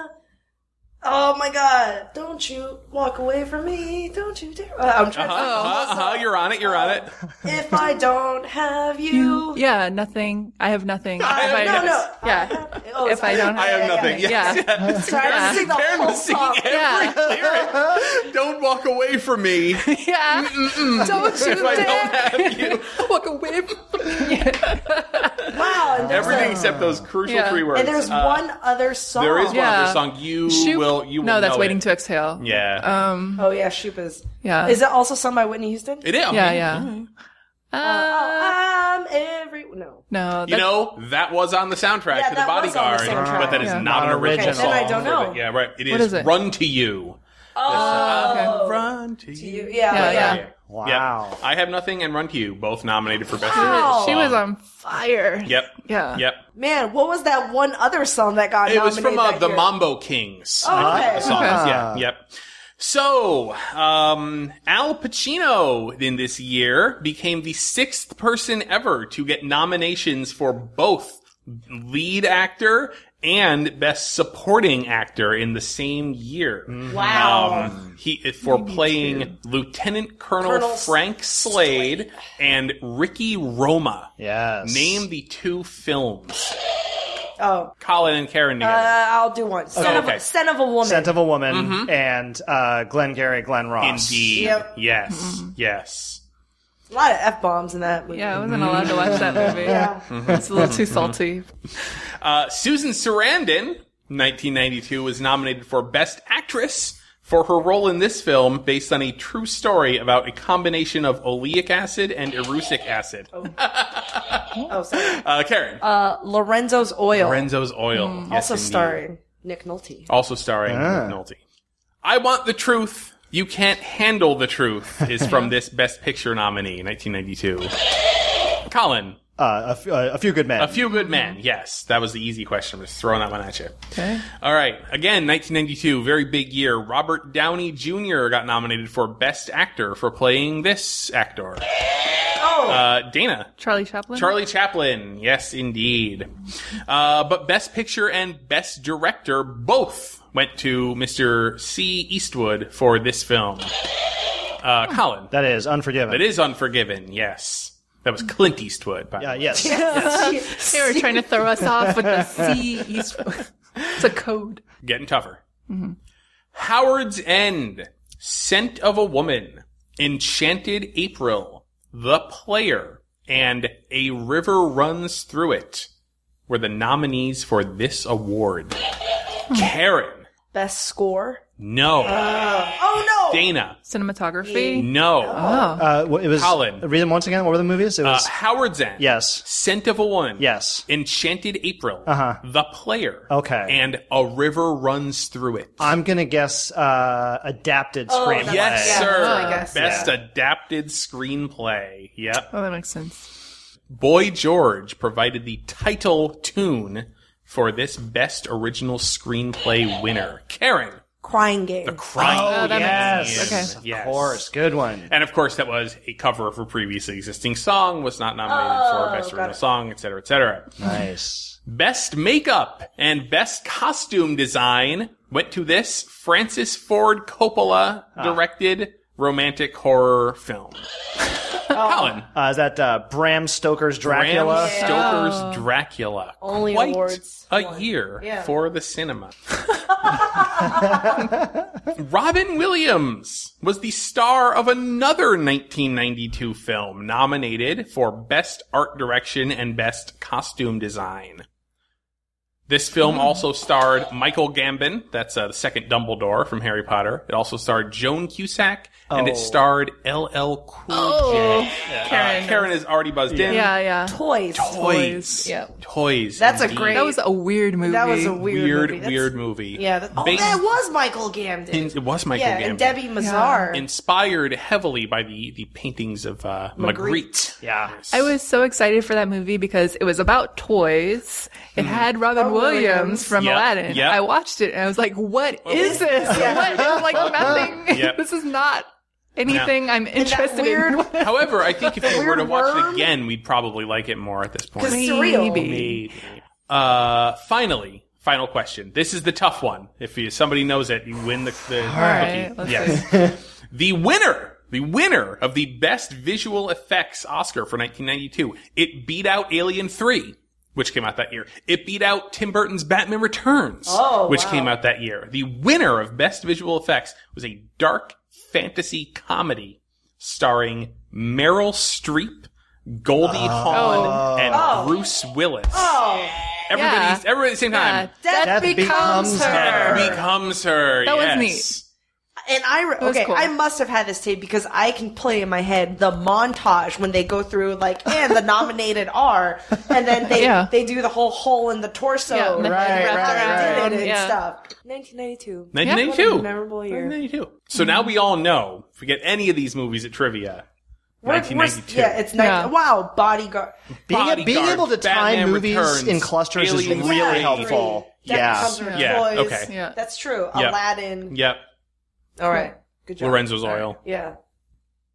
Speaker 2: Oh my god. Don't you walk away from me. Don't you dare. Uh, I'm trying
Speaker 5: Uh-huh,
Speaker 2: to
Speaker 5: uh-huh, uh-huh, you're on it. You're on it.
Speaker 2: If I don't have you.
Speaker 4: Yeah, nothing. I have nothing. If I-
Speaker 2: no, no.
Speaker 4: Yeah.
Speaker 2: Oh,
Speaker 4: If I
Speaker 2: sorry.
Speaker 4: don't
Speaker 5: I
Speaker 4: have-
Speaker 5: have nothing.
Speaker 4: Yeah.
Speaker 5: Yes.
Speaker 2: Sorry, I just sing the
Speaker 5: Karen
Speaker 2: whole
Speaker 5: was singing
Speaker 2: song.
Speaker 5: every lyric. Don't walk walk away from me if
Speaker 4: Yeah. Don't you
Speaker 5: I
Speaker 4: dare.
Speaker 5: don't have you.
Speaker 4: Walk away from
Speaker 2: Wow. And there's,
Speaker 5: Everything except those crucial
Speaker 4: Yeah.
Speaker 5: three words.
Speaker 2: and there's
Speaker 5: Uh,
Speaker 2: one other song.
Speaker 5: There is one
Speaker 4: Yeah.
Speaker 5: other song. You
Speaker 4: Shoop.
Speaker 5: will. You will
Speaker 4: no, that's
Speaker 5: know
Speaker 4: waiting
Speaker 5: it.
Speaker 4: to Um, exhale.
Speaker 5: Yeah.
Speaker 2: Oh yeah, Shoop is.
Speaker 4: Yeah.
Speaker 2: Is Mm-hmm. it also sung by Whitney Houston?
Speaker 5: it is.
Speaker 4: Yeah, yeah. Uh,
Speaker 2: Oh, I'm every no.
Speaker 4: no,
Speaker 5: You know that was on the soundtrack
Speaker 2: Yeah,
Speaker 5: to
Speaker 2: that
Speaker 5: The
Speaker 2: was on
Speaker 5: Bodyguard,
Speaker 2: the soundtrack.
Speaker 5: but that is
Speaker 4: Yeah.
Speaker 5: not an
Speaker 3: Not
Speaker 5: original
Speaker 3: original.
Speaker 5: song.
Speaker 3: Okay,
Speaker 2: then I don't
Speaker 5: for
Speaker 2: know.
Speaker 5: the- Yeah, right. It is,
Speaker 4: What is it?
Speaker 5: Run to You.
Speaker 4: Oh,
Speaker 5: Run to You.
Speaker 2: Yeah,
Speaker 4: Yeah,
Speaker 2: yeah.
Speaker 4: yeah.
Speaker 5: Yep.
Speaker 3: Wow.
Speaker 5: I have nothing and Run to You both nominated for best
Speaker 2: Wow.
Speaker 5: original
Speaker 4: she was
Speaker 5: song.
Speaker 4: on fire.
Speaker 5: Yep.
Speaker 4: Yeah.
Speaker 5: Yep.
Speaker 2: Man, what was that one other song that got
Speaker 5: It was
Speaker 2: nominated
Speaker 5: from uh,
Speaker 2: that
Speaker 5: the
Speaker 2: year?
Speaker 5: Mambo Kings.
Speaker 2: Oh,
Speaker 5: I think
Speaker 2: okay.
Speaker 5: the song is.
Speaker 4: Okay.
Speaker 5: Yeah. Yep. So, um, Al Pacino in this year became the sixth person ever to get nominations for both lead actor and best supporting actor in the same year.
Speaker 2: Mm-hmm.
Speaker 6: Wow.
Speaker 5: Um, he for playing Lieutenant Colonel,
Speaker 2: Colonel
Speaker 5: Frank Slade and Ricky Roma.
Speaker 3: Yes.
Speaker 5: Name the two films.
Speaker 2: Oh,
Speaker 5: Colin and Karen together.
Speaker 2: uh, I'll do one. Son, of,
Speaker 5: okay.
Speaker 2: a Son of a woman.
Speaker 3: Scent of a Woman and uh, Glenn Gary, Glenn Ross.
Speaker 5: Mm-hmm. Indeed.
Speaker 2: Yep.
Speaker 5: Yes. Yes.
Speaker 2: a lot of f bombs in that movie.
Speaker 4: Yeah, I wasn't allowed to watch that movie.
Speaker 2: Yeah.
Speaker 5: Mm-hmm.
Speaker 4: It's a little too salty.
Speaker 5: Uh, Susan Sarandon, 1992, was nominated for Best Actress for her role in this film based on a true story about a combination of oleic acid and erucic acid.
Speaker 2: Oh, sorry.
Speaker 5: Uh, Karen.
Speaker 2: Uh, Lorenzo's Oil.
Speaker 5: Lorenzo's Oil. Yes,
Speaker 2: also
Speaker 5: indeed.
Speaker 2: starring Nick Nolte.
Speaker 5: Also starring Nick Nolte. I Want the Truth. You Can't Handle the Truth is from this Best Picture nominee, 1992. Colin,
Speaker 3: Uh, a, f- uh, a few good men.
Speaker 5: A Few Good Men. Yes, that was the easy question. I'm just throwing that one at you.
Speaker 4: Okay.
Speaker 5: All right. Again, 1992, very big year. Robert Downey Jr. got nominated for Best Actor for playing this actor.
Speaker 2: Oh,
Speaker 5: Uh, Dana.
Speaker 4: Charlie Chaplin.
Speaker 5: Charlie Chaplin. Yes, indeed. Uh, but Best Picture and Best Director both went to Mr. C. Eastwood for this film. Uh, Colin.
Speaker 3: that is Unforgiven.
Speaker 5: That is Unforgiven. Yes. That was Clint Eastwood. By the
Speaker 3: Uh,
Speaker 5: way.
Speaker 3: yes.
Speaker 4: They were trying to throw us off with the C Eastwood. It's a code.
Speaker 5: getting tougher.
Speaker 3: Mm-hmm.
Speaker 5: Howard's End, Scent of a Woman, Enchanted April, The Player, and A River Runs Through It were the nominees for this award.
Speaker 3: Hmm.
Speaker 5: Karen,
Speaker 2: best score.
Speaker 5: no.
Speaker 2: Oh no!
Speaker 5: Dana,
Speaker 4: Cinematography.
Speaker 5: no.
Speaker 4: Oh.
Speaker 3: Uh, wh- it was.
Speaker 5: Colin.
Speaker 3: Read them once again. What were the movies? It
Speaker 5: Uh,
Speaker 3: was.
Speaker 5: Howard's End,
Speaker 3: yes.
Speaker 5: Scent of a Woman,
Speaker 3: Yes.
Speaker 5: Enchanted April,
Speaker 3: Uh-huh.
Speaker 5: The Player,
Speaker 3: Okay.
Speaker 5: and A River Runs Through It.
Speaker 3: I'm gonna guess uh, adapted screenplay.
Speaker 5: Yes,
Speaker 2: Yeah, that's
Speaker 5: sir.
Speaker 2: what I guess.
Speaker 5: Best adapted screenplay. Yep.
Speaker 4: Oh, that makes sense.
Speaker 5: Boy George provided the title tune for this best original screenplay winner. Karen.
Speaker 2: Crying Game.
Speaker 5: Crying.
Speaker 4: Oh, that
Speaker 3: yes.
Speaker 4: makes sense. Okay.
Speaker 5: Yes.
Speaker 3: Of course. Good one.
Speaker 5: And of course, that was a cover of a previously existing song, was not nominated
Speaker 2: Oh,
Speaker 5: for Best Original Song, etc., etc.
Speaker 3: Nice.
Speaker 5: Best Makeup and Best Costume Design went to this Francis Ford Coppola
Speaker 2: Ah.
Speaker 5: directed romantic horror film. Colin.
Speaker 3: Uh, is that uh, Bram Stoker's Dracula?
Speaker 5: Bram Stoker's Dracula.
Speaker 2: Only
Speaker 5: Quite
Speaker 2: awards
Speaker 5: a year
Speaker 2: Yeah.
Speaker 5: for the cinema. Robin Williams was the star of another 1992 film nominated for Best Art Direction and Best Costume Design. This film also starred Michael Gambon, that's uh, the second Dumbledore from Harry Potter. It also starred Joan Cusack, and
Speaker 3: Oh.
Speaker 5: it starred LL Cool
Speaker 4: Oh,
Speaker 5: J.
Speaker 4: Karen.
Speaker 5: Uh, Karen is already buzzed in.
Speaker 4: Yeah, yeah.
Speaker 2: Toys.
Speaker 5: Toys.
Speaker 4: Yeah.
Speaker 5: Toys.
Speaker 2: That's a
Speaker 5: indeed.
Speaker 2: great-
Speaker 4: That was a weird movie.
Speaker 2: That was a weird,
Speaker 5: weird,
Speaker 2: movie. That's-
Speaker 5: weird movie.
Speaker 2: Yeah. That, oh,
Speaker 5: Based-
Speaker 2: that was Michael Gambon.
Speaker 5: in- it was Michael
Speaker 2: yeah,
Speaker 5: Gambon.
Speaker 2: and Debbie Mazar.
Speaker 5: Inspired heavily by the, the paintings of uh, Magritte.
Speaker 3: Yeah.
Speaker 4: I was so excited for that movie because it was about toys. It had Robin Williams,
Speaker 2: Williams.
Speaker 4: from
Speaker 5: Yep,
Speaker 4: Aladdin.
Speaker 5: yep.
Speaker 4: I watched it and I was like, "What is this? What? It's like nothing.
Speaker 5: Yep.
Speaker 4: this is not anything I'm interested
Speaker 2: weird-
Speaker 4: in."
Speaker 5: However, I think if we were
Speaker 2: weird
Speaker 5: to watch
Speaker 2: worm?
Speaker 5: it again, we'd probably like it more at this point.
Speaker 2: 'Cause it's surreal.
Speaker 4: Maybe.
Speaker 5: Uh, finally, final question. This is the tough one. If you, somebody knows it, you win the, the
Speaker 4: All right, let's
Speaker 5: cookie. yes.
Speaker 4: see.
Speaker 5: The winner, the winner of the Best Visual Effects Oscar for 1992, it beat out Alien 3, which came out that year. It beat out Tim Burton's Batman Returns,
Speaker 2: Oh,
Speaker 5: which
Speaker 2: wow.
Speaker 5: came out that year. The winner of Best Visual Effects was a dark fantasy comedy starring Meryl Streep, Goldie
Speaker 4: Oh.
Speaker 5: Hawn, and Bruce Willis.
Speaker 2: Oh,
Speaker 5: Everybody's, everybody at the same
Speaker 4: Yeah,
Speaker 5: time.
Speaker 2: Death
Speaker 4: death, becomes,
Speaker 3: becomes
Speaker 4: her.
Speaker 3: her.
Speaker 5: That becomes her.
Speaker 4: That was
Speaker 5: yes.
Speaker 4: neat.
Speaker 2: And I re-
Speaker 4: was
Speaker 2: okay,
Speaker 4: cool.
Speaker 2: I must have had this tape because I can play in my head the montage when they go through like and the nominated are, and then they
Speaker 4: Yeah.
Speaker 2: they do the whole hole in the torso,
Speaker 4: Yeah, and then
Speaker 3: Right,
Speaker 2: how
Speaker 3: wrapped
Speaker 2: they
Speaker 3: around,
Speaker 2: did it and
Speaker 4: yeah.
Speaker 2: stuff. 1992. What a
Speaker 5: 1992.
Speaker 2: memorable year.
Speaker 5: 1992. So now we all know. Forget any of these movies at trivia.
Speaker 2: We're- we're-
Speaker 5: 1992.
Speaker 2: yeah, it's 90,
Speaker 4: Yeah.
Speaker 2: wow, bodyguard.
Speaker 3: Being,
Speaker 5: Bodyguard,
Speaker 3: being able to time
Speaker 5: Batman
Speaker 3: movies
Speaker 5: Returns,
Speaker 3: in clusters
Speaker 5: Alien
Speaker 3: is really
Speaker 5: Yeah,
Speaker 3: helpful.
Speaker 2: Death
Speaker 3: yeah.
Speaker 2: Becomes Her
Speaker 5: Yeah,
Speaker 2: Toys.
Speaker 5: okay.
Speaker 4: Yeah.
Speaker 2: That's true.
Speaker 5: Yep.
Speaker 2: Aladdin.
Speaker 5: Yep.
Speaker 2: All right. Good job.
Speaker 5: Lorenzo's oil.
Speaker 2: Yeah.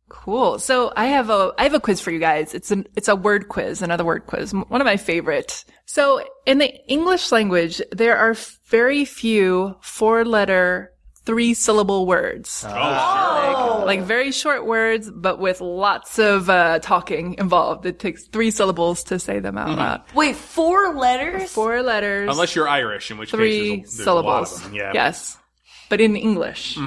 Speaker 4: Cool. So I have a I have a quiz for you guys. It's an it's a word quiz, another word quiz, m- one of my favorite. So in the English language, there are very few four letter, three syllable words.
Speaker 2: Oh.
Speaker 4: Like very short words, but with lots of uh, talking involved. It takes three syllables to say them out loud.
Speaker 2: Wait, four letters?
Speaker 4: Four letters,
Speaker 5: Mm-hmm. Unless you're Irish, in which
Speaker 4: three
Speaker 5: case there's a, there's a lot of
Speaker 4: syllables.
Speaker 5: them. Yeah. Mm-hmm.
Speaker 4: Yes, but in English,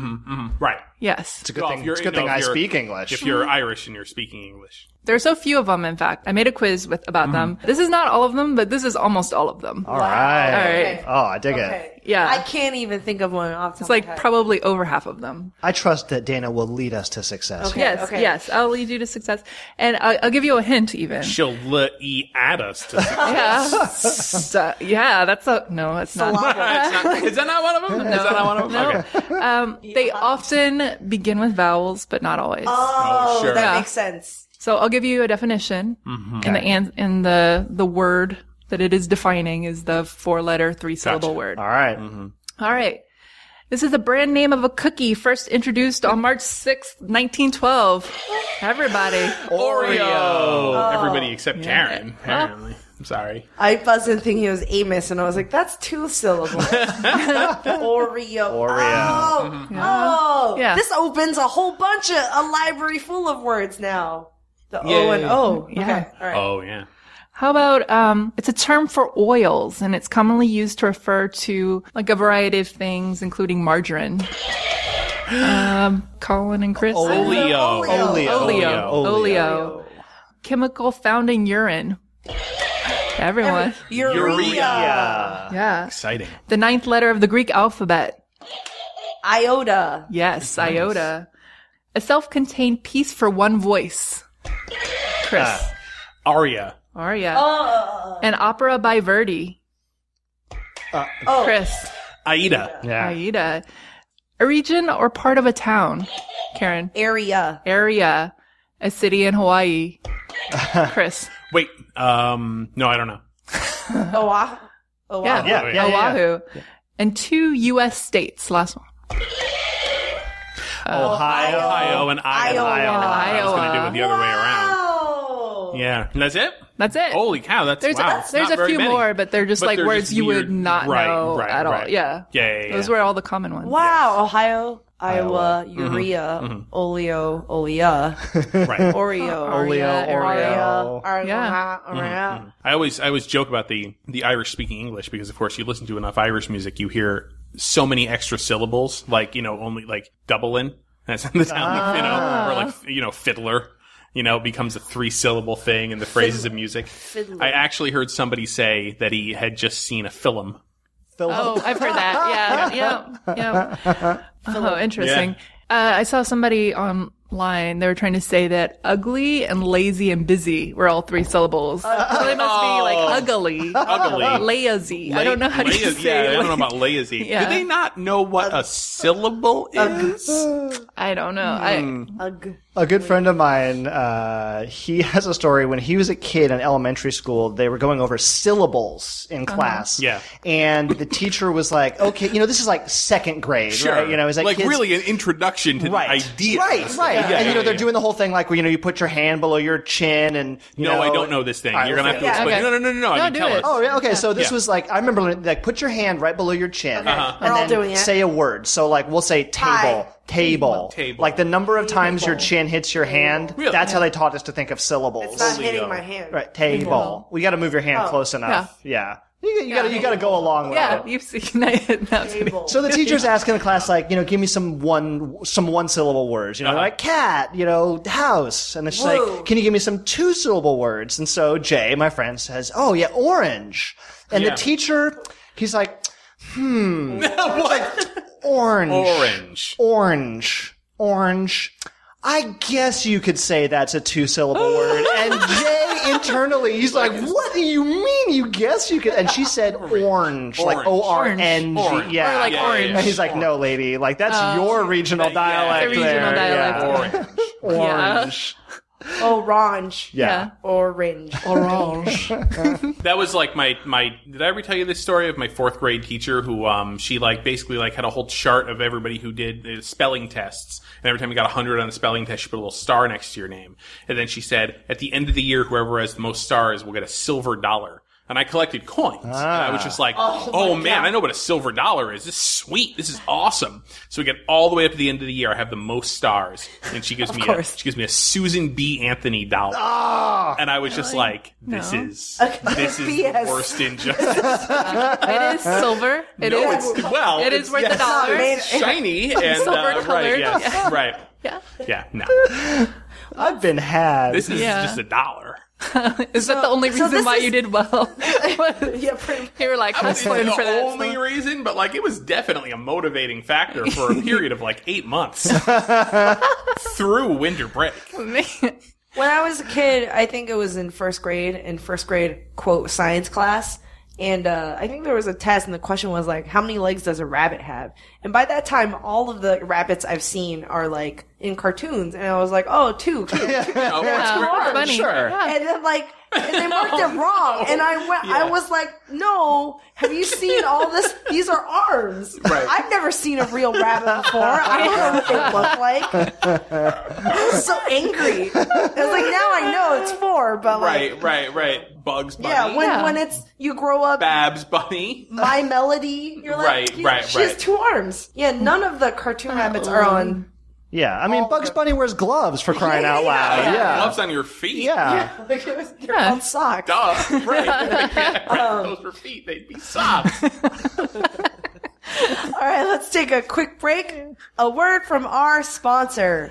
Speaker 5: Right.
Speaker 4: yes.
Speaker 3: It's a good
Speaker 5: Well, if
Speaker 3: thing,
Speaker 5: you're-
Speaker 3: it's a good
Speaker 5: no,
Speaker 3: thing
Speaker 5: if
Speaker 3: I
Speaker 5: you're-
Speaker 3: speak English.
Speaker 5: If you're Irish and you're speaking English.
Speaker 4: There are so few of them. In fact, I made a quiz with about
Speaker 5: Mm-hmm.
Speaker 4: them. This is not all of them, but this is almost all of them.
Speaker 3: All right.
Speaker 4: Okay.
Speaker 3: Oh, I dig it.
Speaker 2: Okay.
Speaker 4: Yeah.
Speaker 2: I can't even think of one off the top
Speaker 4: It's like
Speaker 2: of my head.
Speaker 4: probably over half of them.
Speaker 5: Oh,
Speaker 3: I trust that Dana will lead us to success.
Speaker 2: Okay.
Speaker 4: Yes, yes. I'll lead you to success, and I'll, I'll give you a hint even.
Speaker 5: She'll le at us to
Speaker 4: Yeah, So, yeah. That's a no. That's not.
Speaker 5: It's not- Is that not one of them? Is that not one of them? Okay.
Speaker 4: They often begin with vowels, but not always.
Speaker 5: Oh, sure.
Speaker 2: That
Speaker 4: Yeah.
Speaker 2: makes sense.
Speaker 4: so I'll give you a definition,
Speaker 5: Mm-hmm.
Speaker 4: and the an- and the the word that it is defining is the four letter three syllable word.
Speaker 3: All right.
Speaker 5: Mm-hmm.
Speaker 4: All right. This is the brand name of a cookie first introduced on March sixth, 1912. Everybody.
Speaker 5: Oreo. Oh, Everybody except Karen, apparently. I'm sorry.
Speaker 2: I wasn't thinking it was Amos, and I was like, that's two syllables. Oreo. Oh, oh.
Speaker 4: Mm-hmm. Yeah.
Speaker 2: This opens a whole bunch of a library full of words now. The O
Speaker 5: Yay.
Speaker 2: and O.
Speaker 4: Yeah.
Speaker 2: Okay. All right.
Speaker 5: Oh, yeah.
Speaker 4: How about um it's a term for oils and it's commonly used to refer to like a variety of things including margarine. um Colin and Chris
Speaker 5: Oleo.
Speaker 2: Oleo.
Speaker 4: Oleo.
Speaker 3: Oleo.
Speaker 4: Oleo. Chemical found in urine. Everyone.
Speaker 5: Oh.
Speaker 2: Urea.
Speaker 3: Yeah.
Speaker 4: Yeah.
Speaker 5: Exciting.
Speaker 4: The ninth letter of the Greek alphabet.
Speaker 2: Iota.
Speaker 4: Yes, iota. A self-contained piece for one voice. Chris.
Speaker 5: Ah. Aria.
Speaker 4: Aria. An opera by Verdi.
Speaker 2: Oh,
Speaker 4: Chris.
Speaker 5: Aida.
Speaker 3: Yeah.
Speaker 4: Aida. A region or part of a town. Karen.
Speaker 2: Area.
Speaker 4: Area. A city in Hawaii. Chris.
Speaker 5: Wait. Um, no, I don't know.
Speaker 2: Oahu.
Speaker 4: Uh-huh. Yeah.
Speaker 3: Yeah, yeah, yeah, yeah.
Speaker 4: Oahu. And two U.S. states. Last one.
Speaker 3: Ohio.
Speaker 5: Ohio and Iowa.
Speaker 2: Iowa.
Speaker 5: I was going to do it the other way around.
Speaker 2: Oh.
Speaker 5: Yeah. And that's it?
Speaker 4: That's it.
Speaker 5: Holy cow. That's
Speaker 4: there's
Speaker 5: Oh, wow,
Speaker 4: a,
Speaker 5: it's
Speaker 4: there's
Speaker 5: not
Speaker 4: a
Speaker 5: very
Speaker 4: few
Speaker 5: many.
Speaker 4: more, but they're just
Speaker 5: But
Speaker 4: like
Speaker 5: they're
Speaker 4: words
Speaker 5: just
Speaker 4: you
Speaker 5: weird-
Speaker 4: would not
Speaker 5: right,
Speaker 4: know
Speaker 5: right,
Speaker 4: at all.
Speaker 5: right.
Speaker 4: Yeah.
Speaker 5: Yeah, yeah, yeah.
Speaker 4: Those were all the common ones.
Speaker 2: Wow. Ohio. Iowa, urea,
Speaker 5: Mm-hmm.
Speaker 2: oleo, olea,
Speaker 5: Right.
Speaker 2: Oreo,
Speaker 3: Oleo.
Speaker 2: Oreo,
Speaker 3: Oreo. Mm-hmm.
Speaker 2: Oreo,
Speaker 4: Yeah.
Speaker 2: Oreo.
Speaker 5: I always I always joke about the the Irish speaking English because of course you listen to enough Irish music you hear so many extra syllables like you know only like Dublin that's in the town you know or like you know fiddler you know it becomes a three syllable thing in the phrases of music. I actually heard somebody say that he had just seen a
Speaker 3: Phil-
Speaker 5: film.
Speaker 4: Oh, I've heard that. Yeah, yeah, yeah. Oh, interesting. Uh, I saw somebody online. They were trying to say that ugly and lazy and busy were all three syllables. so they must be like ugly,
Speaker 5: Ugly.
Speaker 4: lazy. Oh, I don't know how to
Speaker 5: Lazy-
Speaker 4: say.
Speaker 5: Yeah, I don't know
Speaker 4: la-
Speaker 5: about lazy.
Speaker 4: Yeah.
Speaker 5: Did they not know what a syllable is?
Speaker 4: I don't know.
Speaker 3: Mm-hmm.
Speaker 4: I,
Speaker 2: Ugh.
Speaker 3: A good friend of mine, uh, he has a story when he was a kid in elementary school, they were going over syllables in class.
Speaker 5: Yeah.
Speaker 3: And the teacher was like, okay, you know, this is like second grade,
Speaker 5: Sure.
Speaker 3: right? You know, he's like, kids-
Speaker 5: really an introduction to
Speaker 3: Right.
Speaker 5: the idea.
Speaker 3: Right, right.
Speaker 5: Yeah,
Speaker 3: and you know,
Speaker 5: yeah,
Speaker 3: they're
Speaker 5: yeah.
Speaker 3: doing the whole thing like, where, you know, you put your hand below your chin and, you
Speaker 5: No,
Speaker 3: know.
Speaker 5: I don't know this thing.
Speaker 3: All right,
Speaker 5: You're gonna have
Speaker 3: let's
Speaker 5: to
Speaker 3: do it.
Speaker 5: explain.
Speaker 4: okay.
Speaker 5: No, no, no, no, no. I
Speaker 4: No,
Speaker 5: mean,
Speaker 4: do
Speaker 5: tell
Speaker 4: it.
Speaker 5: us.
Speaker 3: Oh, yeah. Okay. So this
Speaker 5: Yeah. Uh-huh.
Speaker 3: was like, I remember learning, like, put your hand right below your chin.
Speaker 2: We're all
Speaker 3: Uh, And then
Speaker 2: doing it.
Speaker 3: say a word. So, like, we'll say
Speaker 2: Pie.
Speaker 3: table, table,
Speaker 5: Table.
Speaker 3: Like, the number of times your chin hits your hand,
Speaker 5: Really?
Speaker 3: that's how they taught us to think of syllables.
Speaker 2: It's not hitting my hand.
Speaker 3: Right, table. We got to move your hand close enough. Yeah. You, you gotta you gotta go along with
Speaker 4: Yeah,
Speaker 3: it.
Speaker 4: you've seen it. That's me.
Speaker 3: So the teacher's asking the class, like, you know, give me some one some one syllable words. You know,
Speaker 5: Uh-huh.
Speaker 3: like cat, you know, house. And then she's
Speaker 2: Whoa.
Speaker 3: like, Can you give me some two syllable words? And so Jay, my friend, says, Oh yeah, orange. And
Speaker 5: Yeah.
Speaker 3: the teacher, he's like, hmm.
Speaker 5: what?
Speaker 3: Orange.
Speaker 5: Orange.
Speaker 3: Orange. Orange. I guess you could say that's a two syllable word. And Jay internally, he's like, What do you mean you guess you could? And she said orange. Like
Speaker 5: Orange.
Speaker 3: O R N
Speaker 5: Orange.
Speaker 3: G. Yeah.
Speaker 4: Or like
Speaker 5: Yeah, yeah,
Speaker 4: orange.
Speaker 5: yeah.
Speaker 3: And he's like, no, lady, like that's your regional
Speaker 5: Yeah,
Speaker 3: dialect
Speaker 5: it's
Speaker 4: a regional
Speaker 3: there.
Speaker 4: dialect.
Speaker 5: Orange.
Speaker 3: Yeah. Orange.
Speaker 2: Orange.
Speaker 3: Yeah.
Speaker 2: Orange.
Speaker 3: Orange.
Speaker 5: That was like my my. Did I ever tell you this story of my fourth grade teacher who um she like basically like had a whole chart of everybody who did uh, spelling tests, and every time you got a hundred on a spelling test, she put a little star next to your name, and then she said at the end of the year, whoever has the most stars will get a silver dollar. And I collected coins. And I was just like, oh, man, I know what a silver dollar is. This is sweet. This is awesome. So we get all the way up to the end of the year. I have the most stars, and she gives me a, she gives me a Susan B. Anthony dollar.
Speaker 3: Ah,
Speaker 5: And I was just like, this is this is the
Speaker 2: BS.
Speaker 5: worst injustice.
Speaker 4: It is silver. It
Speaker 5: no,
Speaker 4: is.
Speaker 5: it's well,
Speaker 4: It is
Speaker 5: it's,
Speaker 4: worth a
Speaker 5: yes,
Speaker 4: dollar.
Speaker 2: made-
Speaker 5: it's shiny and
Speaker 4: Silver
Speaker 5: uh, right,
Speaker 4: colored.
Speaker 5: yes, right,
Speaker 4: Yeah.
Speaker 5: yeah. No,
Speaker 3: I've been had.
Speaker 5: this is
Speaker 4: Yeah.
Speaker 5: just a dollar.
Speaker 4: Is that the only reason
Speaker 2: this
Speaker 4: why
Speaker 2: is-
Speaker 4: you did well?
Speaker 2: Yeah, pretty
Speaker 4: you were like, I'm
Speaker 5: It's the
Speaker 4: playing for that.
Speaker 5: only reason, but like it was definitely a motivating factor for a period of like eight months through winter break.
Speaker 4: Man.
Speaker 2: When I was a kid, I think it was in first grade, in first grade, quote, science class. And uh, I think there was a test, and the question was like, how many legs does a rabbit have? And by that time, all of the rabbits I've seen are like in cartoons. And I was like, oh, two, two, two.
Speaker 5: Oh, it's
Speaker 4: Oh,
Speaker 5: great.
Speaker 4: funny.
Speaker 3: Sure.
Speaker 4: Yeah.
Speaker 2: and then like and they marked
Speaker 5: Oh,
Speaker 2: it wrong and i went i was like no have you seen all this these are arms
Speaker 5: Right.
Speaker 2: i've never seen a real rabbit before i don't know what they look like i was so angry i was like now i know it's four but like
Speaker 5: right, right, right. Bugs Bunny,
Speaker 2: yeah when
Speaker 4: Yeah.
Speaker 2: when it's you grow up
Speaker 5: Babs Bunny.
Speaker 2: my melody you're like
Speaker 5: Right,
Speaker 2: yeah,
Speaker 5: right,
Speaker 2: she
Speaker 5: right.
Speaker 2: has two arms yeah none of the cartoon rabbits are on
Speaker 3: yeah. I mean, Bugs Bunny wears gloves for crying out loud. Yeah. Yeah.
Speaker 5: Uh, Gloves on your feet.
Speaker 2: like it was they're
Speaker 4: Yeah.
Speaker 2: on socks
Speaker 5: Duh. Right. Yeah, right.
Speaker 2: Um,
Speaker 5: Those were feet. They'd be socks.
Speaker 2: all right let's take a quick break a word from our sponsor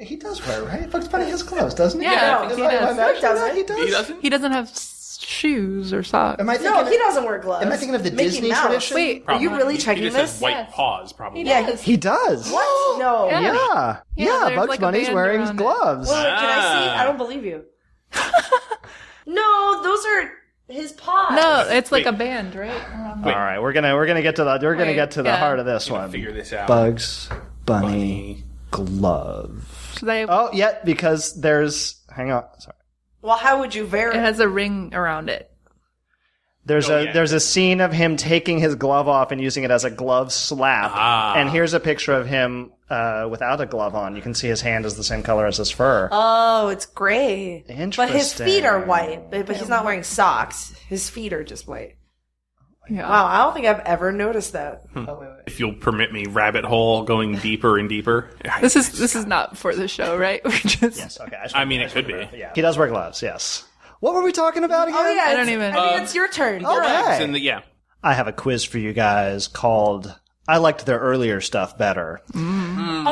Speaker 3: He does wear right. Bugs Bunny has gloves, doesn't he?
Speaker 4: Yeah,
Speaker 3: Am I-
Speaker 4: he
Speaker 3: am I
Speaker 4: does.
Speaker 2: No,
Speaker 3: imagining
Speaker 2: he
Speaker 3: that? He does.
Speaker 5: He doesn't.
Speaker 4: He doesn't have s- shoes or socks.
Speaker 3: Am I thinking
Speaker 2: No,
Speaker 3: of-
Speaker 2: he doesn't wear gloves.
Speaker 3: Am I thinking of the
Speaker 2: Mickey
Speaker 3: Disney
Speaker 2: Mouse.
Speaker 3: tradition?
Speaker 4: Wait,
Speaker 2: Are you
Speaker 5: Probably.
Speaker 2: really
Speaker 5: He-
Speaker 2: checking
Speaker 5: he just
Speaker 2: this?
Speaker 5: Has white paws, probably.
Speaker 2: Yeah, he's-
Speaker 3: He does.
Speaker 2: What? No.
Speaker 4: Yeah.
Speaker 3: Yeah. Yeah,
Speaker 4: there's
Speaker 3: Bugs
Speaker 4: like a
Speaker 3: Bunny's
Speaker 4: band
Speaker 3: wearing
Speaker 4: around it.
Speaker 3: gloves.
Speaker 2: Wait, can I see?
Speaker 5: Ah.
Speaker 2: I don't believe you. no, those are his paws.
Speaker 4: no, it's like
Speaker 5: Wait.
Speaker 4: a band, right?
Speaker 5: Wait.
Speaker 3: All right, we're gonna we're gonna get to the we're gonna
Speaker 4: Wait,
Speaker 3: get to the
Speaker 4: yeah.
Speaker 3: heart of this
Speaker 5: Gotta
Speaker 3: one.
Speaker 5: Figure this out.
Speaker 3: Bugs Bunny glove.
Speaker 4: Should I?
Speaker 3: Oh, yeah, because there's hang on, sorry.
Speaker 2: Well, how would you
Speaker 4: It
Speaker 2: verify?
Speaker 4: has a ring around it.
Speaker 3: There's
Speaker 5: Oh,
Speaker 3: a
Speaker 5: yeah.
Speaker 3: there's a scene of him taking his glove off and using it as a glove slap.
Speaker 5: Ah.
Speaker 3: And here's a picture of him uh, without a glove on. You can see his hand is the same color as his fur.
Speaker 2: oh, it's gray. But his
Speaker 3: Interesting.
Speaker 2: feet are white. But, but he's not wearing socks. His feet are just white.
Speaker 4: Yeah.
Speaker 2: Wow, I don't think I've ever noticed that.
Speaker 5: If you'll permit me, rabbit hole going deeper and deeper.
Speaker 4: This is this is not for the show, right? We're just
Speaker 3: Yes, okay. just
Speaker 5: I mean,
Speaker 3: wanted
Speaker 5: it
Speaker 3: to-
Speaker 5: could be.
Speaker 3: Yeah. He does wear gloves, yes. What were we talking about again?
Speaker 2: Oh yeah,
Speaker 4: I
Speaker 2: it's-
Speaker 4: don't even- Uh, oh.
Speaker 2: I think it's your turn. You're
Speaker 3: okay.
Speaker 2: up.
Speaker 5: It's in the- yeah.
Speaker 3: I have a quiz for you guys called I liked their earlier stuff better.
Speaker 2: Oh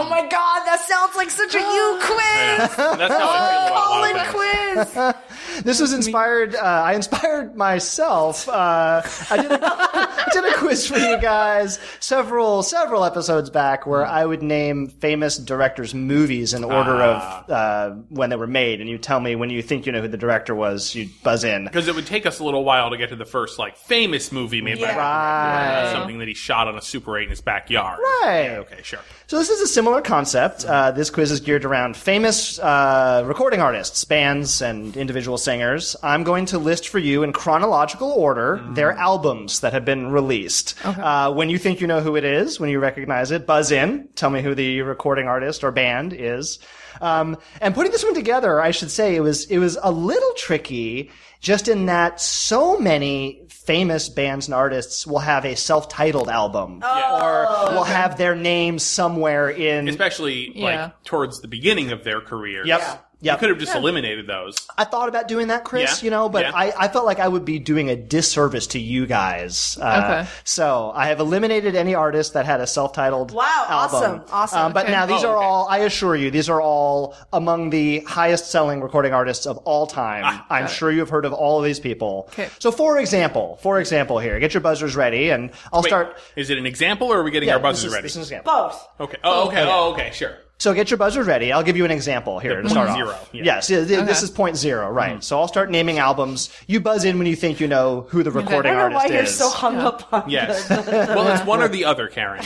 Speaker 2: my god, that sounds like such a you quiz.
Speaker 5: That's how I feel about a lot of
Speaker 2: Colin
Speaker 5: things.
Speaker 2: quiz.
Speaker 3: This was inspired. Uh, I inspired myself. Uh, I, did a, I did a quiz for you guys several several episodes back where I would name famous directors' movies in order of uh, when they were made, and you tell me when you think you know who the director was. You buzz in.
Speaker 5: Because it would take us a little while to get to the first like famous movie made by
Speaker 2: Yeah.
Speaker 5: Robert Redford, something that he shot on a Super 8 in his backyard.
Speaker 3: Right.
Speaker 5: Yeah, okay, sure.
Speaker 3: So this is a similar concept. Uh, this quiz is geared around famous uh, recording artists, bands, and individual singers. I'm going to list for you in chronological order their albums that have been released. Uh, when you think you know who it is, when you recognize it, buzz in. Tell me who the recording artist or band is. Um, and putting this one together, I should say it was it was a little tricky, just in that so many famous bands and artists will have a self-titled album or will have their name somewhere in.
Speaker 5: Especially
Speaker 4: Yeah.
Speaker 5: like towards the beginning of their career.
Speaker 3: Yep.
Speaker 5: You
Speaker 3: Yep.
Speaker 5: could have just eliminated those.
Speaker 3: I thought about doing that, Chris.
Speaker 5: Yeah.
Speaker 3: You know, but
Speaker 5: Yeah.
Speaker 3: I, I felt like I would be doing a disservice to you guys. Uh,
Speaker 4: Okay.
Speaker 3: So I have eliminated any artist that had a self-titled
Speaker 2: Wow,
Speaker 3: album.
Speaker 2: awesome, awesome.
Speaker 3: Um, but now these
Speaker 5: Oh,
Speaker 3: are
Speaker 5: okay.
Speaker 3: all. I assure you, these are all among the highest-selling recording artists of all time.
Speaker 5: Ah,
Speaker 3: I'm sure you have heard of all of these people.
Speaker 4: Okay.
Speaker 3: So, for example, for example, here, get your buzzers ready, and I'll
Speaker 5: Wait,
Speaker 3: start.
Speaker 5: Is it an example or are we getting our
Speaker 3: Yeah,
Speaker 5: buzzers
Speaker 3: this is-
Speaker 5: ready?
Speaker 3: This is an example.
Speaker 2: Both.
Speaker 5: okay. Oh, okay. Oh, okay, sure.
Speaker 3: So get your buzzer ready. I'll give you an example here to start
Speaker 5: point zero,
Speaker 3: off.
Speaker 5: yeah. Mm.
Speaker 3: Yes, yeah, th- this is point zero, right? So I'll start naming albums. You buzz in when you think you know who the recording
Speaker 2: I don't know why
Speaker 3: artist
Speaker 2: you're
Speaker 3: is.
Speaker 2: so hung up on
Speaker 5: Yes. well, it's one or the other, Karen.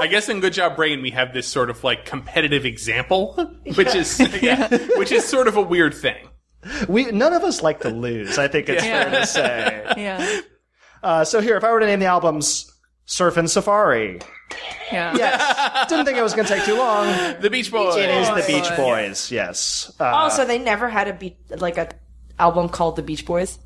Speaker 5: I guess in Good Job Brain we have this sort of like competitive example, which is yeah, which is sort of a weird thing.
Speaker 3: we none of us like to lose. I think it's fair to say.
Speaker 4: yeah,
Speaker 3: Uh, so here, if I were to name the albums, Surf and Safari.
Speaker 4: yeah.
Speaker 3: Yes, didn't think it was going to take too long.
Speaker 5: The Beach Boys.
Speaker 3: It is the Beach
Speaker 4: Boys.
Speaker 3: Boys. Yes. Uh,
Speaker 2: Oh, so they never had a be- like a album called The Beach Boys.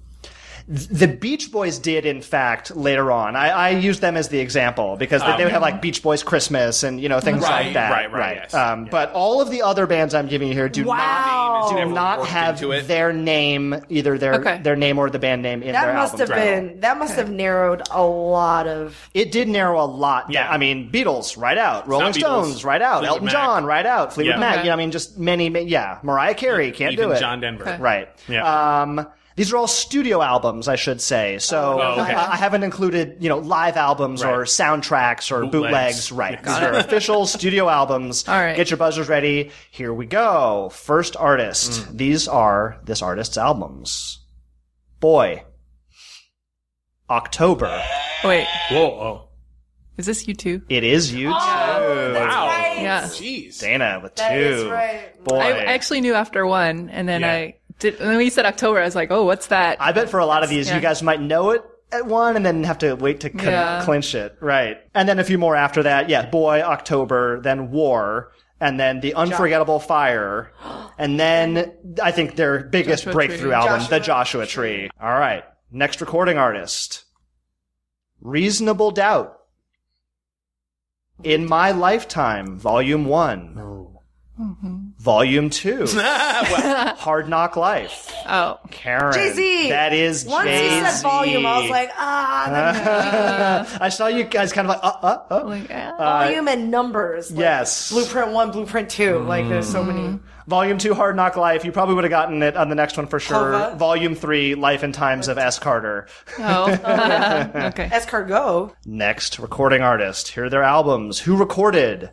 Speaker 3: The Beach Boys did, in fact, later on. I, I used them as the example because they, they would have like Beach Boys Christmas and you know things
Speaker 5: Um, Right,
Speaker 3: like that.
Speaker 5: right, right, yes.
Speaker 3: Um, But all of the other bands I'm giving you here do
Speaker 2: Wow.
Speaker 3: not
Speaker 5: Never
Speaker 3: do not
Speaker 5: worked
Speaker 3: have
Speaker 5: into it.
Speaker 3: their name either their
Speaker 4: Okay.
Speaker 3: their name or the band name in their
Speaker 2: That must
Speaker 3: albums.
Speaker 2: have been that must have narrowed a lot of
Speaker 3: It did narrow a lot. down.
Speaker 5: Yeah.
Speaker 3: I mean, Beatles right out, Rolling
Speaker 5: Beatles.
Speaker 3: Stones right out,
Speaker 5: Fleetwood
Speaker 3: Elton
Speaker 5: Mac.
Speaker 3: John right out, Fleetwood
Speaker 5: Yeah. E-
Speaker 3: Mac.
Speaker 4: Okay.
Speaker 3: You know, I mean, just many. ma- Yeah, Mariah Carey can't
Speaker 5: Even
Speaker 3: do it.
Speaker 5: John Denver.
Speaker 3: Right.
Speaker 5: Yeah.
Speaker 3: Um, these are all studio albums, I should say. So uh,
Speaker 5: Oh, okay.
Speaker 3: I I haven't included, you know, live albums or
Speaker 5: Right.
Speaker 3: soundtracks or bootlegs.
Speaker 5: Bootlegs.
Speaker 3: Right. These are official studio albums.
Speaker 4: All right.
Speaker 3: Get your buzzers ready. Here we go. First artist.
Speaker 5: Mm.
Speaker 3: These are this artist's albums. Boy. October.
Speaker 4: Wait,
Speaker 5: Whoa. Oh.
Speaker 4: is this you two?
Speaker 3: It is you too.
Speaker 5: Wow.
Speaker 4: Yeah.
Speaker 5: Jeez.
Speaker 3: Dana with
Speaker 2: That
Speaker 3: two.
Speaker 2: is right.
Speaker 3: Boy.
Speaker 4: I actually knew after one, and then
Speaker 5: Yeah.
Speaker 4: I did. And then when you said October, I was like, oh, what's that?
Speaker 3: I bet for a lot of these,
Speaker 4: Yeah.
Speaker 3: you guys might know it at one and then have to wait to con-
Speaker 4: Yeah.
Speaker 3: clinch it. Right. And then a few more after that. Yeah. Boy, October, then War, and then The Unforgettable Fire. And then I think their biggest
Speaker 4: Joshua
Speaker 3: breakthrough
Speaker 4: Tree.
Speaker 3: album, The Joshua Tree. All right. Next recording artist Reasonable Doubt. In My Lifetime, Volume 1.
Speaker 4: Mm-hmm.
Speaker 3: Volume 2. Hard Knock Life.
Speaker 4: oh,
Speaker 3: Karen.
Speaker 2: Jay-Z.
Speaker 3: That is
Speaker 2: Once
Speaker 3: Jay-Z.
Speaker 2: he said volume, I was like, ah, the
Speaker 3: I saw you guys kind of like, uh, uh, uh.
Speaker 4: like, ah.
Speaker 2: volume and numbers. Like
Speaker 3: yes.
Speaker 2: Blueprint one, blueprint two. Like there's so many.
Speaker 3: Volume 2, Hard Knock Life. You probably would have gotten it on the next one for sure.
Speaker 2: Hova.
Speaker 3: Volume 3, Life and Times of S. Carter.
Speaker 4: oh. okay.
Speaker 2: Escargot.
Speaker 3: Next recording artist. Here are their albums. Who recorded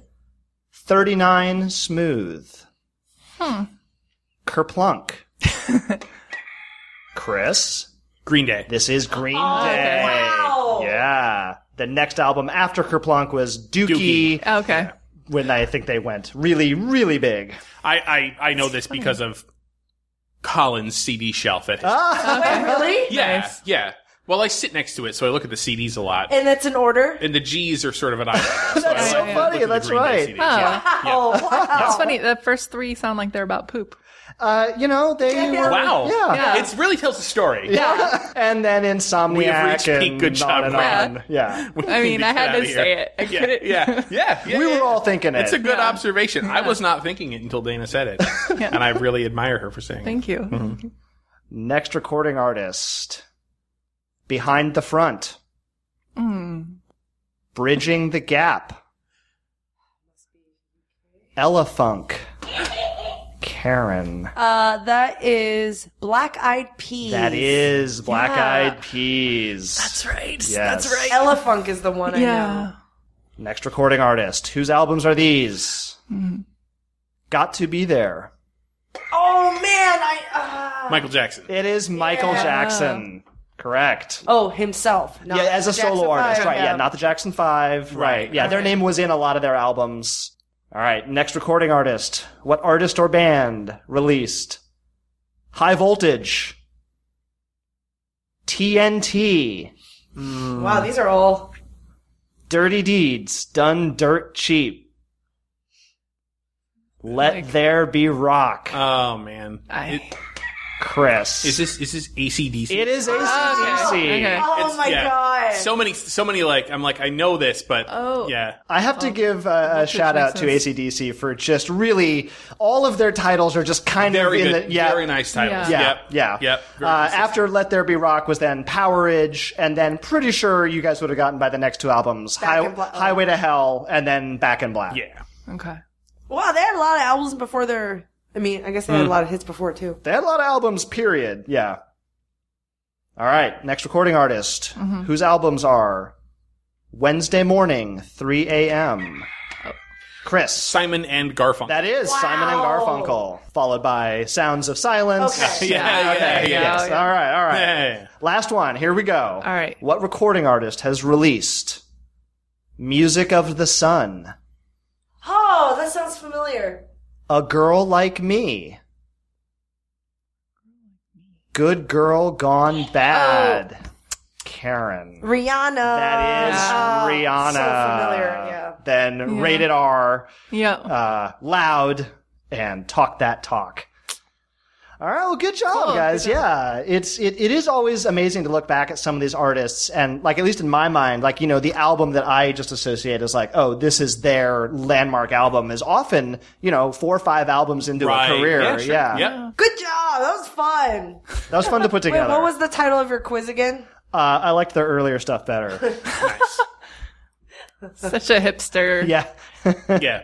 Speaker 3: 39 Smooth? Hmm. Kerplunk. Chris.
Speaker 5: Green Day.
Speaker 3: This is Green Day.
Speaker 2: Oh, Wow.
Speaker 3: Yeah. The next album after Kerplunk was Dookie,
Speaker 4: Okay.
Speaker 3: when I think they went really, really big.
Speaker 5: I, I, I know this because of Colin's CD shelf at his.
Speaker 3: Oh,
Speaker 2: Wait, really?
Speaker 5: yeah, yeah. Well, I sit next to it, so I look at the CDs a lot.
Speaker 2: And that's an order.
Speaker 5: And the G's are sort of an eyeball.
Speaker 3: That's so funny,
Speaker 5: look at the
Speaker 3: that's
Speaker 5: Green Day
Speaker 3: right.
Speaker 5: CDs,
Speaker 4: Oh,
Speaker 5: yeah.
Speaker 2: Oh, wow.
Speaker 4: it's funny. The first three sound like they're about poop.
Speaker 3: Uh, you know, they
Speaker 2: yeah.
Speaker 3: were.
Speaker 5: Wow.
Speaker 3: Yeah.
Speaker 5: It really tells a story.
Speaker 3: And then Insomniac.
Speaker 5: We have reached
Speaker 3: and
Speaker 5: peak good
Speaker 3: on
Speaker 5: job
Speaker 3: and
Speaker 5: rap.
Speaker 3: on. Yeah.
Speaker 5: We
Speaker 4: I
Speaker 5: need
Speaker 4: mean, I
Speaker 5: get
Speaker 4: had
Speaker 5: out
Speaker 4: to
Speaker 5: of here.
Speaker 4: say it. I
Speaker 5: yeah.
Speaker 4: couldn't-
Speaker 5: Yeah. Yeah. yeah,
Speaker 3: We
Speaker 5: yeah.
Speaker 3: were all thinking it.
Speaker 5: It's a good observation. I was not thinking it until Dana said it. And I really admire her for saying it.
Speaker 4: Thank you.
Speaker 3: Next recording artist Behind the Front.
Speaker 2: Hmm.
Speaker 3: Bridging the Gap. Ella Funk. Karen.
Speaker 2: Uh, that is Black Eyed Peas.
Speaker 3: That is Black
Speaker 2: Yeah.
Speaker 3: Eyed Peas. That's
Speaker 4: right.
Speaker 3: Yes. That's right.
Speaker 2: Ella Funk is the one I
Speaker 4: Yeah.
Speaker 2: know.
Speaker 3: Next recording artist. Whose albums are these? Got to be there.
Speaker 2: Oh man, I. Uh...
Speaker 5: Michael Jackson.
Speaker 3: It is Michael Jackson. Correct.
Speaker 2: Oh, himself. Not
Speaker 3: yeah, as a
Speaker 2: Jackson
Speaker 3: solo artist,
Speaker 2: Five,
Speaker 3: right? Yeah, not the Jackson Five, right?
Speaker 5: Right,
Speaker 3: Yeah, their name was in a lot of their albums. All right, next recording artist. What artist or band released High Voltage? TNT,
Speaker 2: Wow, these are all.
Speaker 3: Dirty Deeds, Done Dirt Cheap. Let there be rock,
Speaker 5: Oh man.
Speaker 4: I-
Speaker 5: It-
Speaker 3: Chris.
Speaker 5: is this is this ACDC?
Speaker 3: It is ACDC.
Speaker 4: Oh, Okay.
Speaker 2: Oh
Speaker 5: It's-
Speaker 2: my
Speaker 5: yeah.
Speaker 2: god.
Speaker 5: So many, so many. Like I'm like I know this, but
Speaker 4: Oh.
Speaker 5: yeah,
Speaker 3: I have to give uh, a shout out to
Speaker 4: makes
Speaker 3: ACDC for just really all of their titles are just kind
Speaker 5: very
Speaker 3: of in
Speaker 5: good,
Speaker 3: the yeah
Speaker 5: very nice titles.
Speaker 3: Yeah,
Speaker 5: Yep.
Speaker 3: yeah.
Speaker 5: yep.
Speaker 3: Uh,
Speaker 5: Very consistent.
Speaker 3: after Let There Be Rock was then Powerage, and then pretty sure you guys would have gotten by the next two albums Hi-
Speaker 2: in Black.
Speaker 3: Highway to Hell and then Back in Black.
Speaker 5: yeah,
Speaker 4: Okay.
Speaker 2: wow, they had a lot of albums before their. I mean, I guess they had
Speaker 5: Hmm.
Speaker 2: a lot of hits before too.
Speaker 3: They had a lot of albums, period. Yeah. All right, next recording artist whose albums are Wednesday Morning, 3 a.m. Chris.
Speaker 5: Simon and Garfunkel.
Speaker 3: That is Simon and
Speaker 2: Wow.
Speaker 3: Garfunkel, followed by Sounds of Silence.
Speaker 2: Okay.
Speaker 5: yeah, yeah, yeah.
Speaker 4: okay, yeah.
Speaker 5: yeah.
Speaker 3: Yes. All right, all right.
Speaker 5: Yeah.
Speaker 3: Last one. Here we go.
Speaker 4: All right.
Speaker 3: What recording artist has released Music of the Sun?
Speaker 2: Oh, that sounds familiar.
Speaker 3: A Girl Like Me. Good Girl Gone
Speaker 2: Oh.
Speaker 3: Bad. Karen.
Speaker 2: Rihanna.
Speaker 3: That is
Speaker 2: Oh,
Speaker 3: Rihanna.
Speaker 2: So familiar. Yeah.
Speaker 3: Then Rated R,
Speaker 4: Yeah.
Speaker 3: uh, Loud, and Talk That Talk. All right, well, good job, guys. Yeah, it's it, it is always amazing to look back at some of these artists, and like at least in my mind, like you know, the album that I just associate as like, oh, this is their landmark album is often you know four or five albums into
Speaker 5: Right.
Speaker 3: a career.
Speaker 5: Yeah, sure. yeah.
Speaker 2: Good job. That was fun.
Speaker 3: that was fun to put
Speaker 2: Wait,
Speaker 3: together.
Speaker 2: what was the title of your quiz again?
Speaker 3: uh, I liked their earlier stuff better.
Speaker 4: Such a hipster.
Speaker 3: yeah.
Speaker 5: yeah.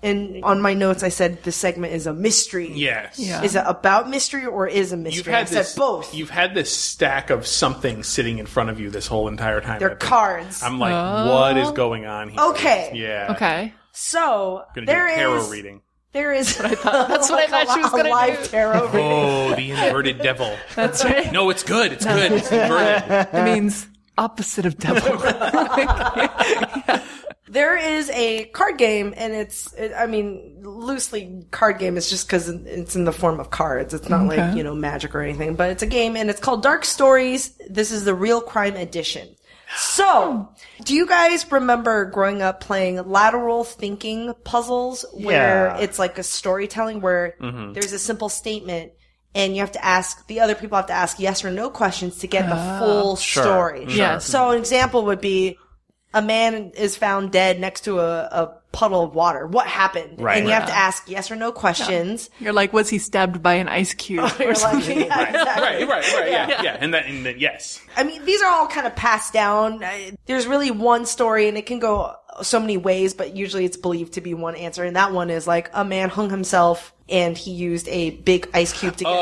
Speaker 2: And on my notes, I said this segment is a mystery.
Speaker 5: Yes.
Speaker 4: Yeah.
Speaker 2: Is it about mystery or is a mystery?
Speaker 5: You've had
Speaker 2: I
Speaker 5: this.
Speaker 2: said both.
Speaker 5: You've had this stack of something sitting in front of you this whole entire time.
Speaker 2: They're
Speaker 5: I've been-
Speaker 2: cards.
Speaker 5: I'm like, what is going on here?
Speaker 2: Okay.
Speaker 5: Yeah.
Speaker 4: Oh. Okay.
Speaker 2: so
Speaker 5: Gonna do
Speaker 2: there
Speaker 5: a tarot
Speaker 2: is
Speaker 5: reading.
Speaker 2: there is
Speaker 4: That's what I thought she was going
Speaker 2: a live
Speaker 4: to do.
Speaker 2: tarot reading.
Speaker 5: Oh, the inverted devil.
Speaker 4: That's right.
Speaker 5: No, it's good. It's good. It's inverted.
Speaker 4: It means opposite of devil.
Speaker 2: There is a card game, and it's, it, I mean, loosely card game. It's just because it's in the form of cards. It's not like, you know, magic or anything, but it's a game, and it's called Dark Stories. This is the Real Crime Edition. So, do you guys remember growing up playing lateral thinking puzzles where
Speaker 3: Yeah.
Speaker 2: it's like a storytelling where there's a simple statement and you have to ask, the other people have to ask yes or no questions to get the full story?
Speaker 4: Yes.
Speaker 2: So, an example would be a man is found dead next to a, a puddle of water. What happened?
Speaker 3: Right.
Speaker 2: And you have to ask yes or no questions.
Speaker 4: You're like, was he stabbed by an ice cube or something?
Speaker 2: Yeah, exactly.
Speaker 5: right. Right. Right. Yeah. Yeah. And that. And that. Yes.
Speaker 2: I mean, these are all kind of passed down. Uh, There's really one story, and it can go so many ways, but usually it's believed to be one answer. And that one is like a man hung himself and he used a big ice cube to get
Speaker 5: Oh,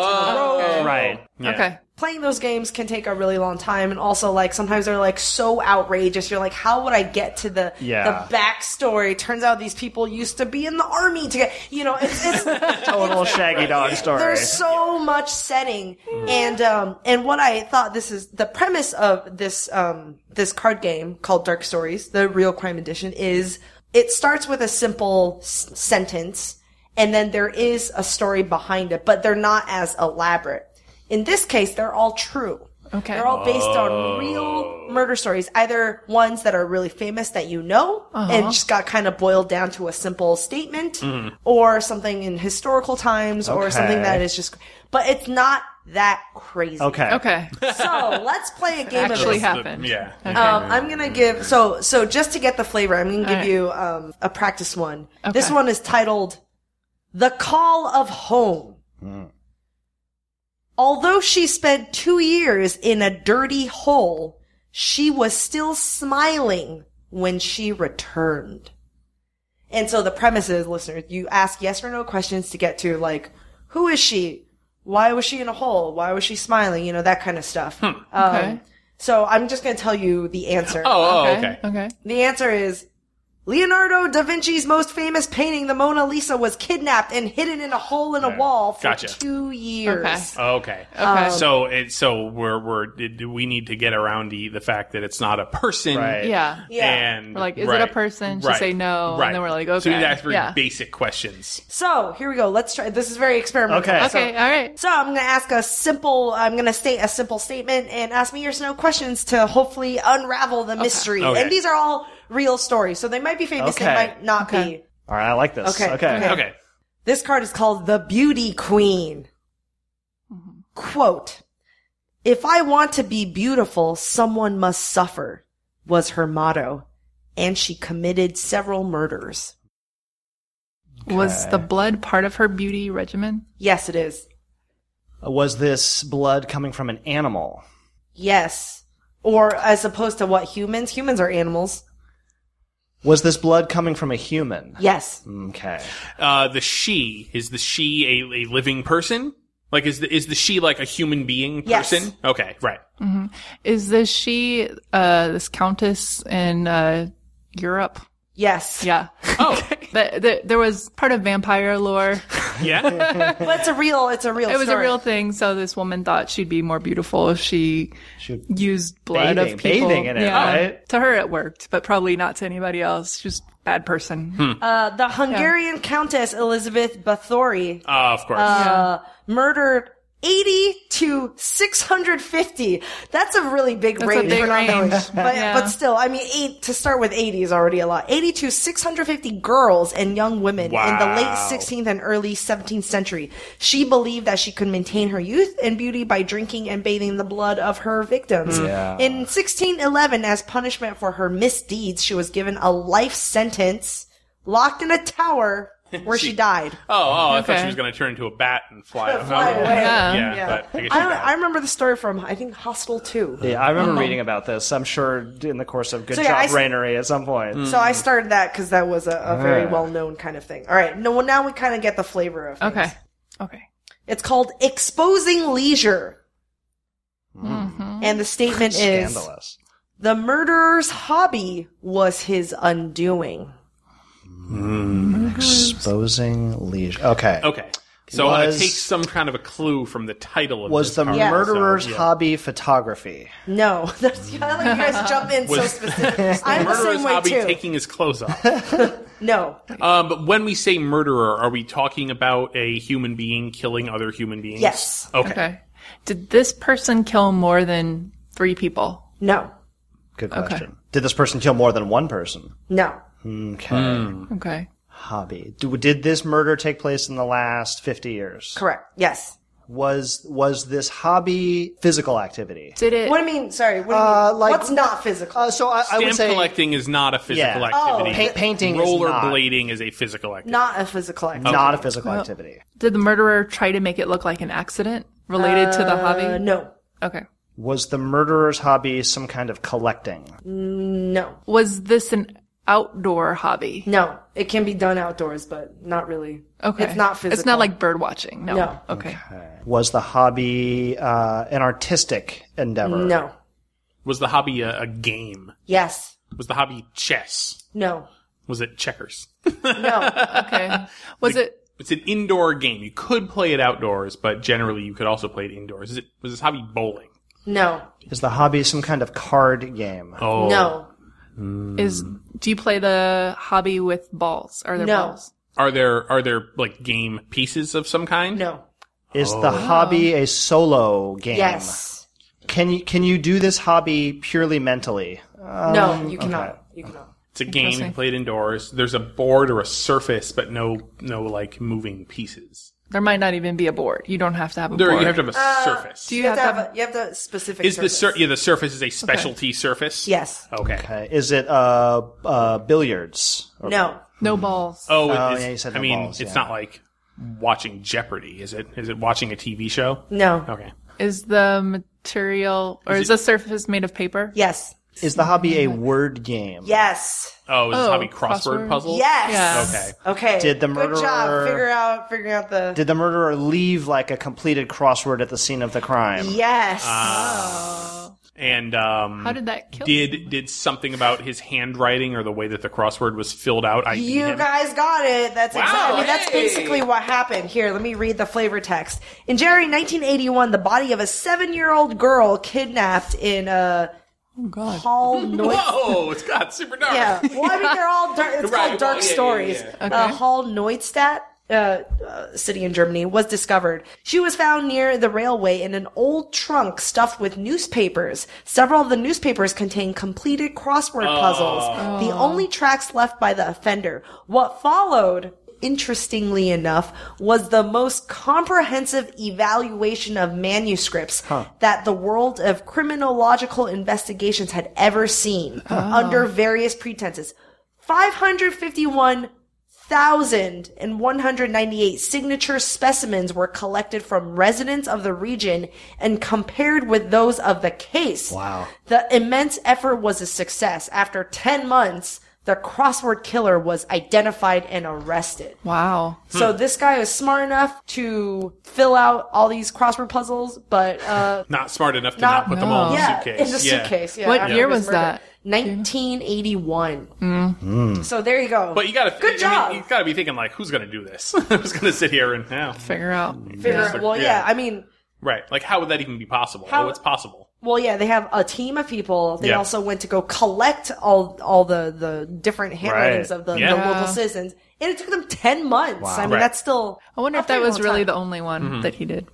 Speaker 2: to the road.
Speaker 3: Right.
Speaker 5: Yeah.
Speaker 4: Okay.
Speaker 2: Playing those games can take a really long time, and also like sometimes they're like so outrageous. You're like, how would I get to the
Speaker 3: Yeah.
Speaker 2: the backstory? Turns out these people used to be in the army to get you know. It's, it's
Speaker 3: Total shaggy dog story.
Speaker 2: There's so much setting, and um, and what I thought this is the premise of this um this card game called Dark Stories, the Real Crime Edition, is it starts with a simple s- sentence, and then there is a story behind it, but they're not as elaborate. In this case, they're all true.
Speaker 4: Okay.
Speaker 2: They're all based on real murder stories, either ones that are really famous that you know and just got kind of boiled down to a simple statement or something in historical times or something
Speaker 3: Okay.
Speaker 2: that is just but it's not that crazy.
Speaker 3: okay.
Speaker 4: Okay.
Speaker 2: So, let's play a game of
Speaker 4: Actually
Speaker 2: this.
Speaker 4: happened.
Speaker 5: Yeah.
Speaker 2: Um, I'm gonna give so so just to get the flavor, I'm gonna give
Speaker 4: right.
Speaker 2: you um, a practice one. This
Speaker 4: Okay.
Speaker 2: one is titled "The Call of Home."
Speaker 4: Hmm.
Speaker 2: Although she spent two years in a dirty hole, she was still smiling when she returned. And so the premise is, listeners, you ask yes or no questions to get to like, who is she? Why was she in a hole? Why was she smiling? You know that kind of stuff.
Speaker 4: Hmm.
Speaker 2: Um,
Speaker 4: Okay.
Speaker 2: so I'm just going to tell you the answer.
Speaker 5: Oh, oh,
Speaker 4: okay.
Speaker 5: okay.
Speaker 4: Okay.
Speaker 2: The answer is Leonardo da Vinci's most famous painting, the Mona Lisa, was kidnapped and hidden in a hole in a wall for
Speaker 5: Hmm. Gotcha. Oh.
Speaker 2: two years.
Speaker 4: Okay.
Speaker 5: Okay.
Speaker 4: Okay.
Speaker 5: so it so we're we're did- do we need to get around the the fact that it's not a person.
Speaker 3: Right.
Speaker 4: Yeah.
Speaker 2: Yeah.
Speaker 5: And
Speaker 4: We're like, is it a
Speaker 5: right.
Speaker 4: person? She'll say no, and then we're like,
Speaker 5: So we need
Speaker 4: okay,
Speaker 5: to ask very
Speaker 4: yeah.
Speaker 5: basic questions.
Speaker 2: So here we go. Let's try. This is very experimental.
Speaker 3: Okay.
Speaker 2: So-
Speaker 4: Okay. All right.
Speaker 2: So I'm going to ask a simple. I'm going to state a simple statement and ask me your no questions to hopefully unravel the mystery.
Speaker 5: Okay.
Speaker 2: And these are all real stories, so they might be famous. They
Speaker 3: Okay.
Speaker 2: might not be.
Speaker 3: All right. I like this.
Speaker 2: Okay,
Speaker 3: Okay.
Speaker 2: okay.
Speaker 5: Okay.
Speaker 2: This card is called the Beauty Queen. Quote, if I want to be beautiful, someone must suffer was her motto. And she committed several murders.
Speaker 4: Was the blood part of her beauty regimen?
Speaker 2: Yes, it is.
Speaker 3: Was this blood coming from an animal?
Speaker 2: Yes. Or as opposed to what humans? Humans are animals.
Speaker 3: Was this blood coming from a human?
Speaker 2: Yes.
Speaker 3: Okay.
Speaker 5: Uh, the she is the she a, a living person? Like is the is the she like a human being
Speaker 2: Yes.
Speaker 5: person? Okay. Right.
Speaker 4: Is this she, uh, this countess in uh, Europe?
Speaker 2: Yes.
Speaker 4: Yeah.
Speaker 5: Oh.
Speaker 4: But th- there was part of vampire lore.
Speaker 5: Yeah.
Speaker 2: But it's a real, it's a real
Speaker 4: It was a
Speaker 2: story.
Speaker 4: real thing. So this woman thought she'd be more beautiful if she used blood
Speaker 3: Bathing-
Speaker 4: of people.
Speaker 3: bathing in it, right?
Speaker 4: To her, it worked, but probably not to anybody else. She was a bad person.
Speaker 5: Hmm.
Speaker 2: Uh, the Hungarian Countess Elizabeth Bathory
Speaker 5: Uh, of course.
Speaker 2: uh, murdered 80 to 650. That's a really big
Speaker 4: That's a
Speaker 2: range.
Speaker 4: big
Speaker 2: for not knowing.
Speaker 4: range.
Speaker 2: But,
Speaker 4: Yeah.
Speaker 2: but still, I mean, eight to start with 80 is already a lot. 80 to 650 girls and young women in the late
Speaker 5: Wow.
Speaker 2: 16th and early 17th century. She believed that she could maintain her youth and beauty by drinking and bathing the blood of her victims. In 1611, as punishment for her misdeeds, she was given a life sentence locked in a tower where she died.
Speaker 5: oh, oh, I thought
Speaker 4: Okay.
Speaker 5: she was going to turn into a bat and fly, over.
Speaker 2: Fly away.
Speaker 5: Yeah,
Speaker 2: Yeah.
Speaker 5: but I guess she
Speaker 2: I,
Speaker 5: died.
Speaker 2: I remember the story from I think Hostel Two.
Speaker 5: Uh-huh.
Speaker 3: Yeah, I remember reading about this. I'm sure in the course of Good
Speaker 2: Uh-huh. So, yeah, I s-
Speaker 3: Job
Speaker 2: Mm.
Speaker 3: Rainery at some
Speaker 5: Hmm.
Speaker 3: point.
Speaker 2: So I started that because that was a, a
Speaker 3: Ah.
Speaker 2: very well known kind of thing. All right, no, well now we kind of get the flavor of. things.
Speaker 4: Okay. Okay.
Speaker 2: it's called exposing leisure,
Speaker 3: Hmm.
Speaker 4: Mm-hmm.
Speaker 2: and the statement is
Speaker 3: Scandalous.
Speaker 2: the murderer's hobby was his undoing.
Speaker 3: Exposing leisure. Okay.
Speaker 5: Mm, Okay. So
Speaker 3: Was-
Speaker 5: I take some kind of a clue from the title of
Speaker 3: Was
Speaker 5: this
Speaker 3: the
Speaker 5: card,
Speaker 2: Yeah.
Speaker 3: murderer's
Speaker 5: so, yeah.
Speaker 3: hobby photography?
Speaker 2: No, that's I like you guys jump in so
Speaker 5: Was-
Speaker 2: specific. I'm the
Speaker 5: Murderer's
Speaker 2: same way
Speaker 5: hobby
Speaker 2: too.
Speaker 5: taking his clothes off.
Speaker 2: no,
Speaker 5: um, but when we say murderer, are we talking about a human being killing other human beings?
Speaker 2: Yes.
Speaker 5: Okay.
Speaker 4: Okay. Did this person kill more than three people?
Speaker 2: no,
Speaker 3: Good question. Did this person kill more than one person?
Speaker 2: no.
Speaker 3: Okay.
Speaker 5: Mm.
Speaker 4: Okay.
Speaker 3: Hobby. Do- Did this murder take place in the last 50 years?
Speaker 2: Correct. Yes.
Speaker 3: Was was this hobby physical activity?
Speaker 4: Did it?
Speaker 2: What do you mean? Sorry. What do you
Speaker 3: Uh,
Speaker 2: mean?
Speaker 3: like-
Speaker 2: What's not physical?
Speaker 3: Uh, so I, I would
Speaker 5: Stamp
Speaker 3: say
Speaker 5: collecting is not a physical
Speaker 3: Yeah. Oh,
Speaker 5: activity.
Speaker 3: pa- painting is not.
Speaker 5: Rollerblading is, a physical activity.
Speaker 2: not a physical activity.
Speaker 3: not a physical activity.
Speaker 4: Did the murderer try to make it look like an accident related to the
Speaker 2: Uh,
Speaker 4: hobby?
Speaker 2: no.
Speaker 4: Okay.
Speaker 3: Was the murderer's hobby some kind of collecting?
Speaker 2: No.
Speaker 4: Was this an outdoor hobby?
Speaker 2: No, it can be done outdoors, but not really.
Speaker 4: Okay.
Speaker 2: It's not physical.
Speaker 4: It's not like bird watching. No.
Speaker 2: No.
Speaker 4: Okay.
Speaker 3: Was the hobby uh, an artistic endeavor?
Speaker 2: No.
Speaker 5: Was the hobby a, a game?
Speaker 2: Yes.
Speaker 5: Was the hobby chess?
Speaker 2: No.
Speaker 5: Was it checkers?
Speaker 2: No.
Speaker 4: Okay. Was it
Speaker 5: It's an indoor game. You could play it outdoors, but generally you could also play it indoors. Is it was this hobby bowling?
Speaker 2: No.
Speaker 3: Is the hobby some kind of card game?
Speaker 5: Oh
Speaker 2: No.
Speaker 4: is do you play the hobby with balls? Are there
Speaker 2: No.
Speaker 4: balls?
Speaker 5: Are there are there like game pieces of some kind?
Speaker 2: No.
Speaker 3: Is the hobby a solo game?
Speaker 2: Yes.
Speaker 3: Can you can you do this hobby purely mentally?
Speaker 4: Um,
Speaker 2: No, you cannot. You cannot.
Speaker 5: It's a game you can play it indoors. There's a board or a surface, but no no like moving pieces.
Speaker 4: There might not even be a board. You don't have to have a
Speaker 5: There
Speaker 4: board.
Speaker 5: you have to have a surface.
Speaker 4: do you
Speaker 2: Uh, You have
Speaker 4: have
Speaker 2: to have
Speaker 4: to
Speaker 2: a, you have the specific
Speaker 5: is the
Speaker 2: surface.
Speaker 5: sur- yeah the surface is a specialty surface?
Speaker 2: Yes.
Speaker 5: Okay.
Speaker 3: Okay. Is it uh, uh, billiards? Or-
Speaker 2: No.
Speaker 4: no balls?
Speaker 5: Oh, it
Speaker 3: Oh,
Speaker 5: is-
Speaker 3: yeah, you said
Speaker 5: I
Speaker 3: no
Speaker 5: mean,
Speaker 3: balls,
Speaker 5: it's
Speaker 3: yeah.
Speaker 5: not like watching Jeopardy, is it? Is it watching a TV show?
Speaker 2: No.
Speaker 5: Okay.
Speaker 4: Is the material or is, the surface made of paper?
Speaker 2: Yes.
Speaker 3: Is the hobby a word game?
Speaker 2: Yes.
Speaker 5: Oh, is this
Speaker 4: Oh,
Speaker 5: hobby crossword,
Speaker 4: crossword.
Speaker 5: puzzle?
Speaker 2: Yes.
Speaker 5: Okay.
Speaker 2: Okay.
Speaker 3: Did the
Speaker 2: Good
Speaker 3: murderer-
Speaker 2: job. Figure out figuring out the
Speaker 3: Did the murderer leave like a completed crossword at the scene of the crime?
Speaker 2: Yes.
Speaker 5: And um,
Speaker 4: How did that kill?
Speaker 5: did did something about his handwriting or the way that the crossword was filled out? I E
Speaker 2: You
Speaker 5: him?
Speaker 2: guys got it. That's
Speaker 5: Wow,
Speaker 2: exactly. I mean, that's
Speaker 5: hey.
Speaker 2: basically what happened. Here, let me read the flavor text. In January 1981, the body of a seven-year-old girl kidnapped in a
Speaker 4: God.
Speaker 2: Hall North.
Speaker 5: Whoa, it's got super dark.
Speaker 2: Yeah. Well, I mean, they're all dark. It's
Speaker 5: Right,
Speaker 2: called dark
Speaker 5: well, yeah, yeah,
Speaker 2: stories.
Speaker 5: yeah.
Speaker 2: Uh, Hall Neustadt. Uh, uh, city in Germany was discovered. She was found near the railway in an old trunk stuffed with newspapers. Several of the newspapers contained completed crossword
Speaker 5: Oh.
Speaker 2: puzzles, the only tracks left by the offender. What followed, interestingly enough, was the most comprehensive evaluation of manuscripts that the world of criminological investigations had ever seen under various pretenses. 551,198 signature specimens were collected from residents of the region and compared with those of the case. Wow. The immense effort was a success. After 10 months, the crossword killer was identified and arrested.
Speaker 4: Wow.
Speaker 2: So this guy was smart enough to fill out all these crossword puzzles, but uh
Speaker 5: Not smart enough to
Speaker 2: Not-
Speaker 5: not, put them all in the
Speaker 2: yeah,
Speaker 5: suitcase.
Speaker 2: in the
Speaker 5: Yeah.
Speaker 2: suitcase. Yeah,
Speaker 4: What
Speaker 2: after
Speaker 4: year
Speaker 2: his
Speaker 4: was
Speaker 2: murder.
Speaker 4: that? Mm.
Speaker 2: 1981. So there you go.
Speaker 5: But you gotta
Speaker 2: Good
Speaker 5: I
Speaker 2: job.
Speaker 5: mean, you gotta be thinking like, who's gonna do this? who's gonna sit here and now?
Speaker 4: Figure out.
Speaker 2: figure
Speaker 5: Yeah.
Speaker 2: out. Well, yeah.
Speaker 5: Yeah.
Speaker 2: I mean,
Speaker 5: Right. Like, how would that even be possible?
Speaker 2: How-
Speaker 5: oh, it's possible.
Speaker 2: well, yeah. They have a team of people. They
Speaker 5: Yeah.
Speaker 2: also went to go collect all all the the different handwritings
Speaker 3: Right.
Speaker 2: of the,
Speaker 5: Yeah.
Speaker 2: the local citizens, and it took them ten months. I mean,
Speaker 5: Right.
Speaker 2: that's still.
Speaker 4: I wonder if
Speaker 2: After
Speaker 4: that
Speaker 2: a
Speaker 4: was
Speaker 2: long
Speaker 4: really
Speaker 2: time.
Speaker 4: the only one
Speaker 5: Mm-hmm.
Speaker 4: that he did.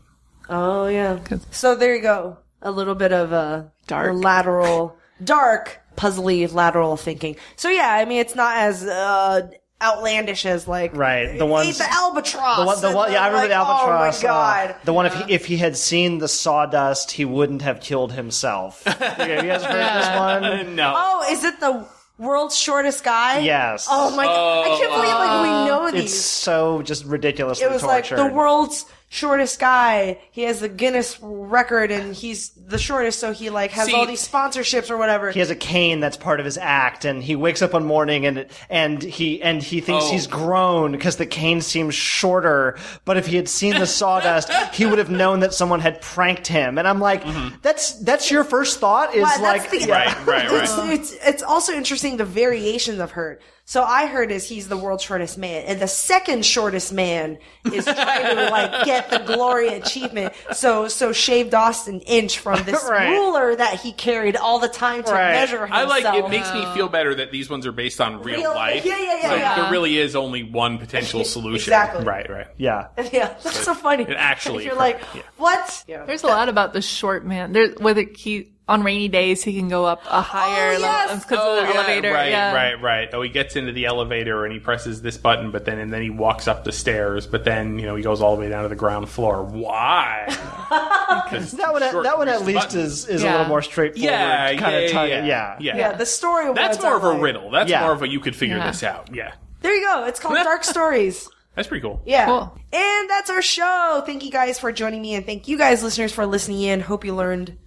Speaker 2: Oh yeah. So there you go. A little bit of a
Speaker 4: Dark.
Speaker 2: lateral, dark, puzzly lateral thinking. So yeah, I mean, it's not as uh, outlandish as like
Speaker 3: Right, the ones-
Speaker 2: ate the albatross.
Speaker 3: The one, the
Speaker 2: and
Speaker 3: one, yeah, I remember the
Speaker 2: like,
Speaker 3: albatross.
Speaker 2: Oh my
Speaker 3: uh,
Speaker 2: god.
Speaker 3: the one if he, if he had seen the sawdust, he wouldn't have killed himself. Okay, you guys heard this one?
Speaker 5: No.
Speaker 2: Oh, is it the world's shortest guy?
Speaker 3: Yes.
Speaker 2: Oh my god. I can't believe like we know
Speaker 3: It's
Speaker 2: these.
Speaker 3: so just ridiculously
Speaker 2: It was like
Speaker 3: tortured.
Speaker 2: the world's shortest guy. He has the Guinness record and he's the shortest so he like has
Speaker 5: See-
Speaker 2: all these sponsorships or whatever.
Speaker 3: he has a cane that's part of his act, and he wakes up one morning and and he and he thinks
Speaker 5: Oh.
Speaker 3: he's grown because the cane seems shorter. But if he had seen the sawdust, he would have known that someone had pranked him. And I'm like, that's that's your first thought is
Speaker 2: Wow,
Speaker 3: like,
Speaker 2: that's the-
Speaker 5: Right, right,
Speaker 2: It's,
Speaker 5: right.
Speaker 2: it's it's also interesting the variations of hurt. So I heard is he's the world's shortest man, and the second shortest man is trying to like get the glory achievement. So so shaved off an inch from this
Speaker 3: Right.
Speaker 2: ruler that he carried all the time to
Speaker 3: Right.
Speaker 2: measure himself.
Speaker 5: I like it makes me feel better that these ones are based on real,
Speaker 2: Real-
Speaker 5: life.
Speaker 2: yeah, yeah, yeah,
Speaker 5: Like,
Speaker 2: yeah.
Speaker 5: There really is only one potential solution.
Speaker 2: Exactly.
Speaker 5: Right, right.
Speaker 3: yeah.
Speaker 2: yeah, that's so funny.
Speaker 5: It actually
Speaker 2: you're
Speaker 5: occurred,
Speaker 2: like
Speaker 5: yeah.
Speaker 2: what?
Speaker 4: There's a lot about the short man. There's whether he on rainy days he can go up a higher
Speaker 2: Oh, yes.
Speaker 4: level because of the
Speaker 5: Oh, yeah,
Speaker 4: elevator.
Speaker 5: Right,
Speaker 4: yeah.
Speaker 5: right, right. Oh, he gets into the elevator and he presses this button, but then and then he walks up the stairs, but then you know he goes all the way down to the ground floor. Why?
Speaker 3: That one,
Speaker 5: Short
Speaker 3: that one at
Speaker 5: reach the
Speaker 3: least
Speaker 5: button.
Speaker 3: is, is a
Speaker 4: Yeah.
Speaker 3: little more straightforward.
Speaker 5: yeah,
Speaker 3: kind
Speaker 5: yeah,
Speaker 3: of tongue-
Speaker 5: yeah, yeah,
Speaker 3: yeah.
Speaker 2: Yeah, the story.
Speaker 5: That's
Speaker 2: ones
Speaker 5: more
Speaker 2: are
Speaker 5: of a
Speaker 2: like-
Speaker 5: riddle. That's
Speaker 3: Yeah.
Speaker 5: more of a you could figure
Speaker 4: Yeah.
Speaker 5: this out. Yeah,
Speaker 2: There you go. It's called Dark Stories.
Speaker 5: that's pretty cool.
Speaker 2: Yeah.
Speaker 4: Cool.
Speaker 2: And that's our show. Thank you guys for joining me and thank you guys listeners for listening in. Hope you learned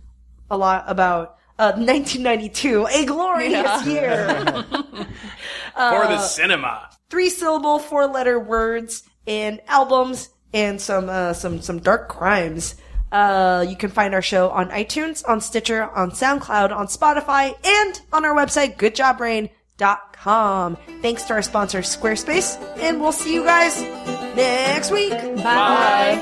Speaker 2: a lot about uh, 1992, a glorious year.
Speaker 5: for the cinema.
Speaker 2: Three syllable, four letter words and albums and some, uh, some, some dark crimes. Uh, you can find our show on iTunes, on Stitcher, on SoundCloud, on Spotify, and on our website, goodjobbrain.com. Thanks to our sponsor, Squarespace, and we'll see you guys next week.
Speaker 5: Bye.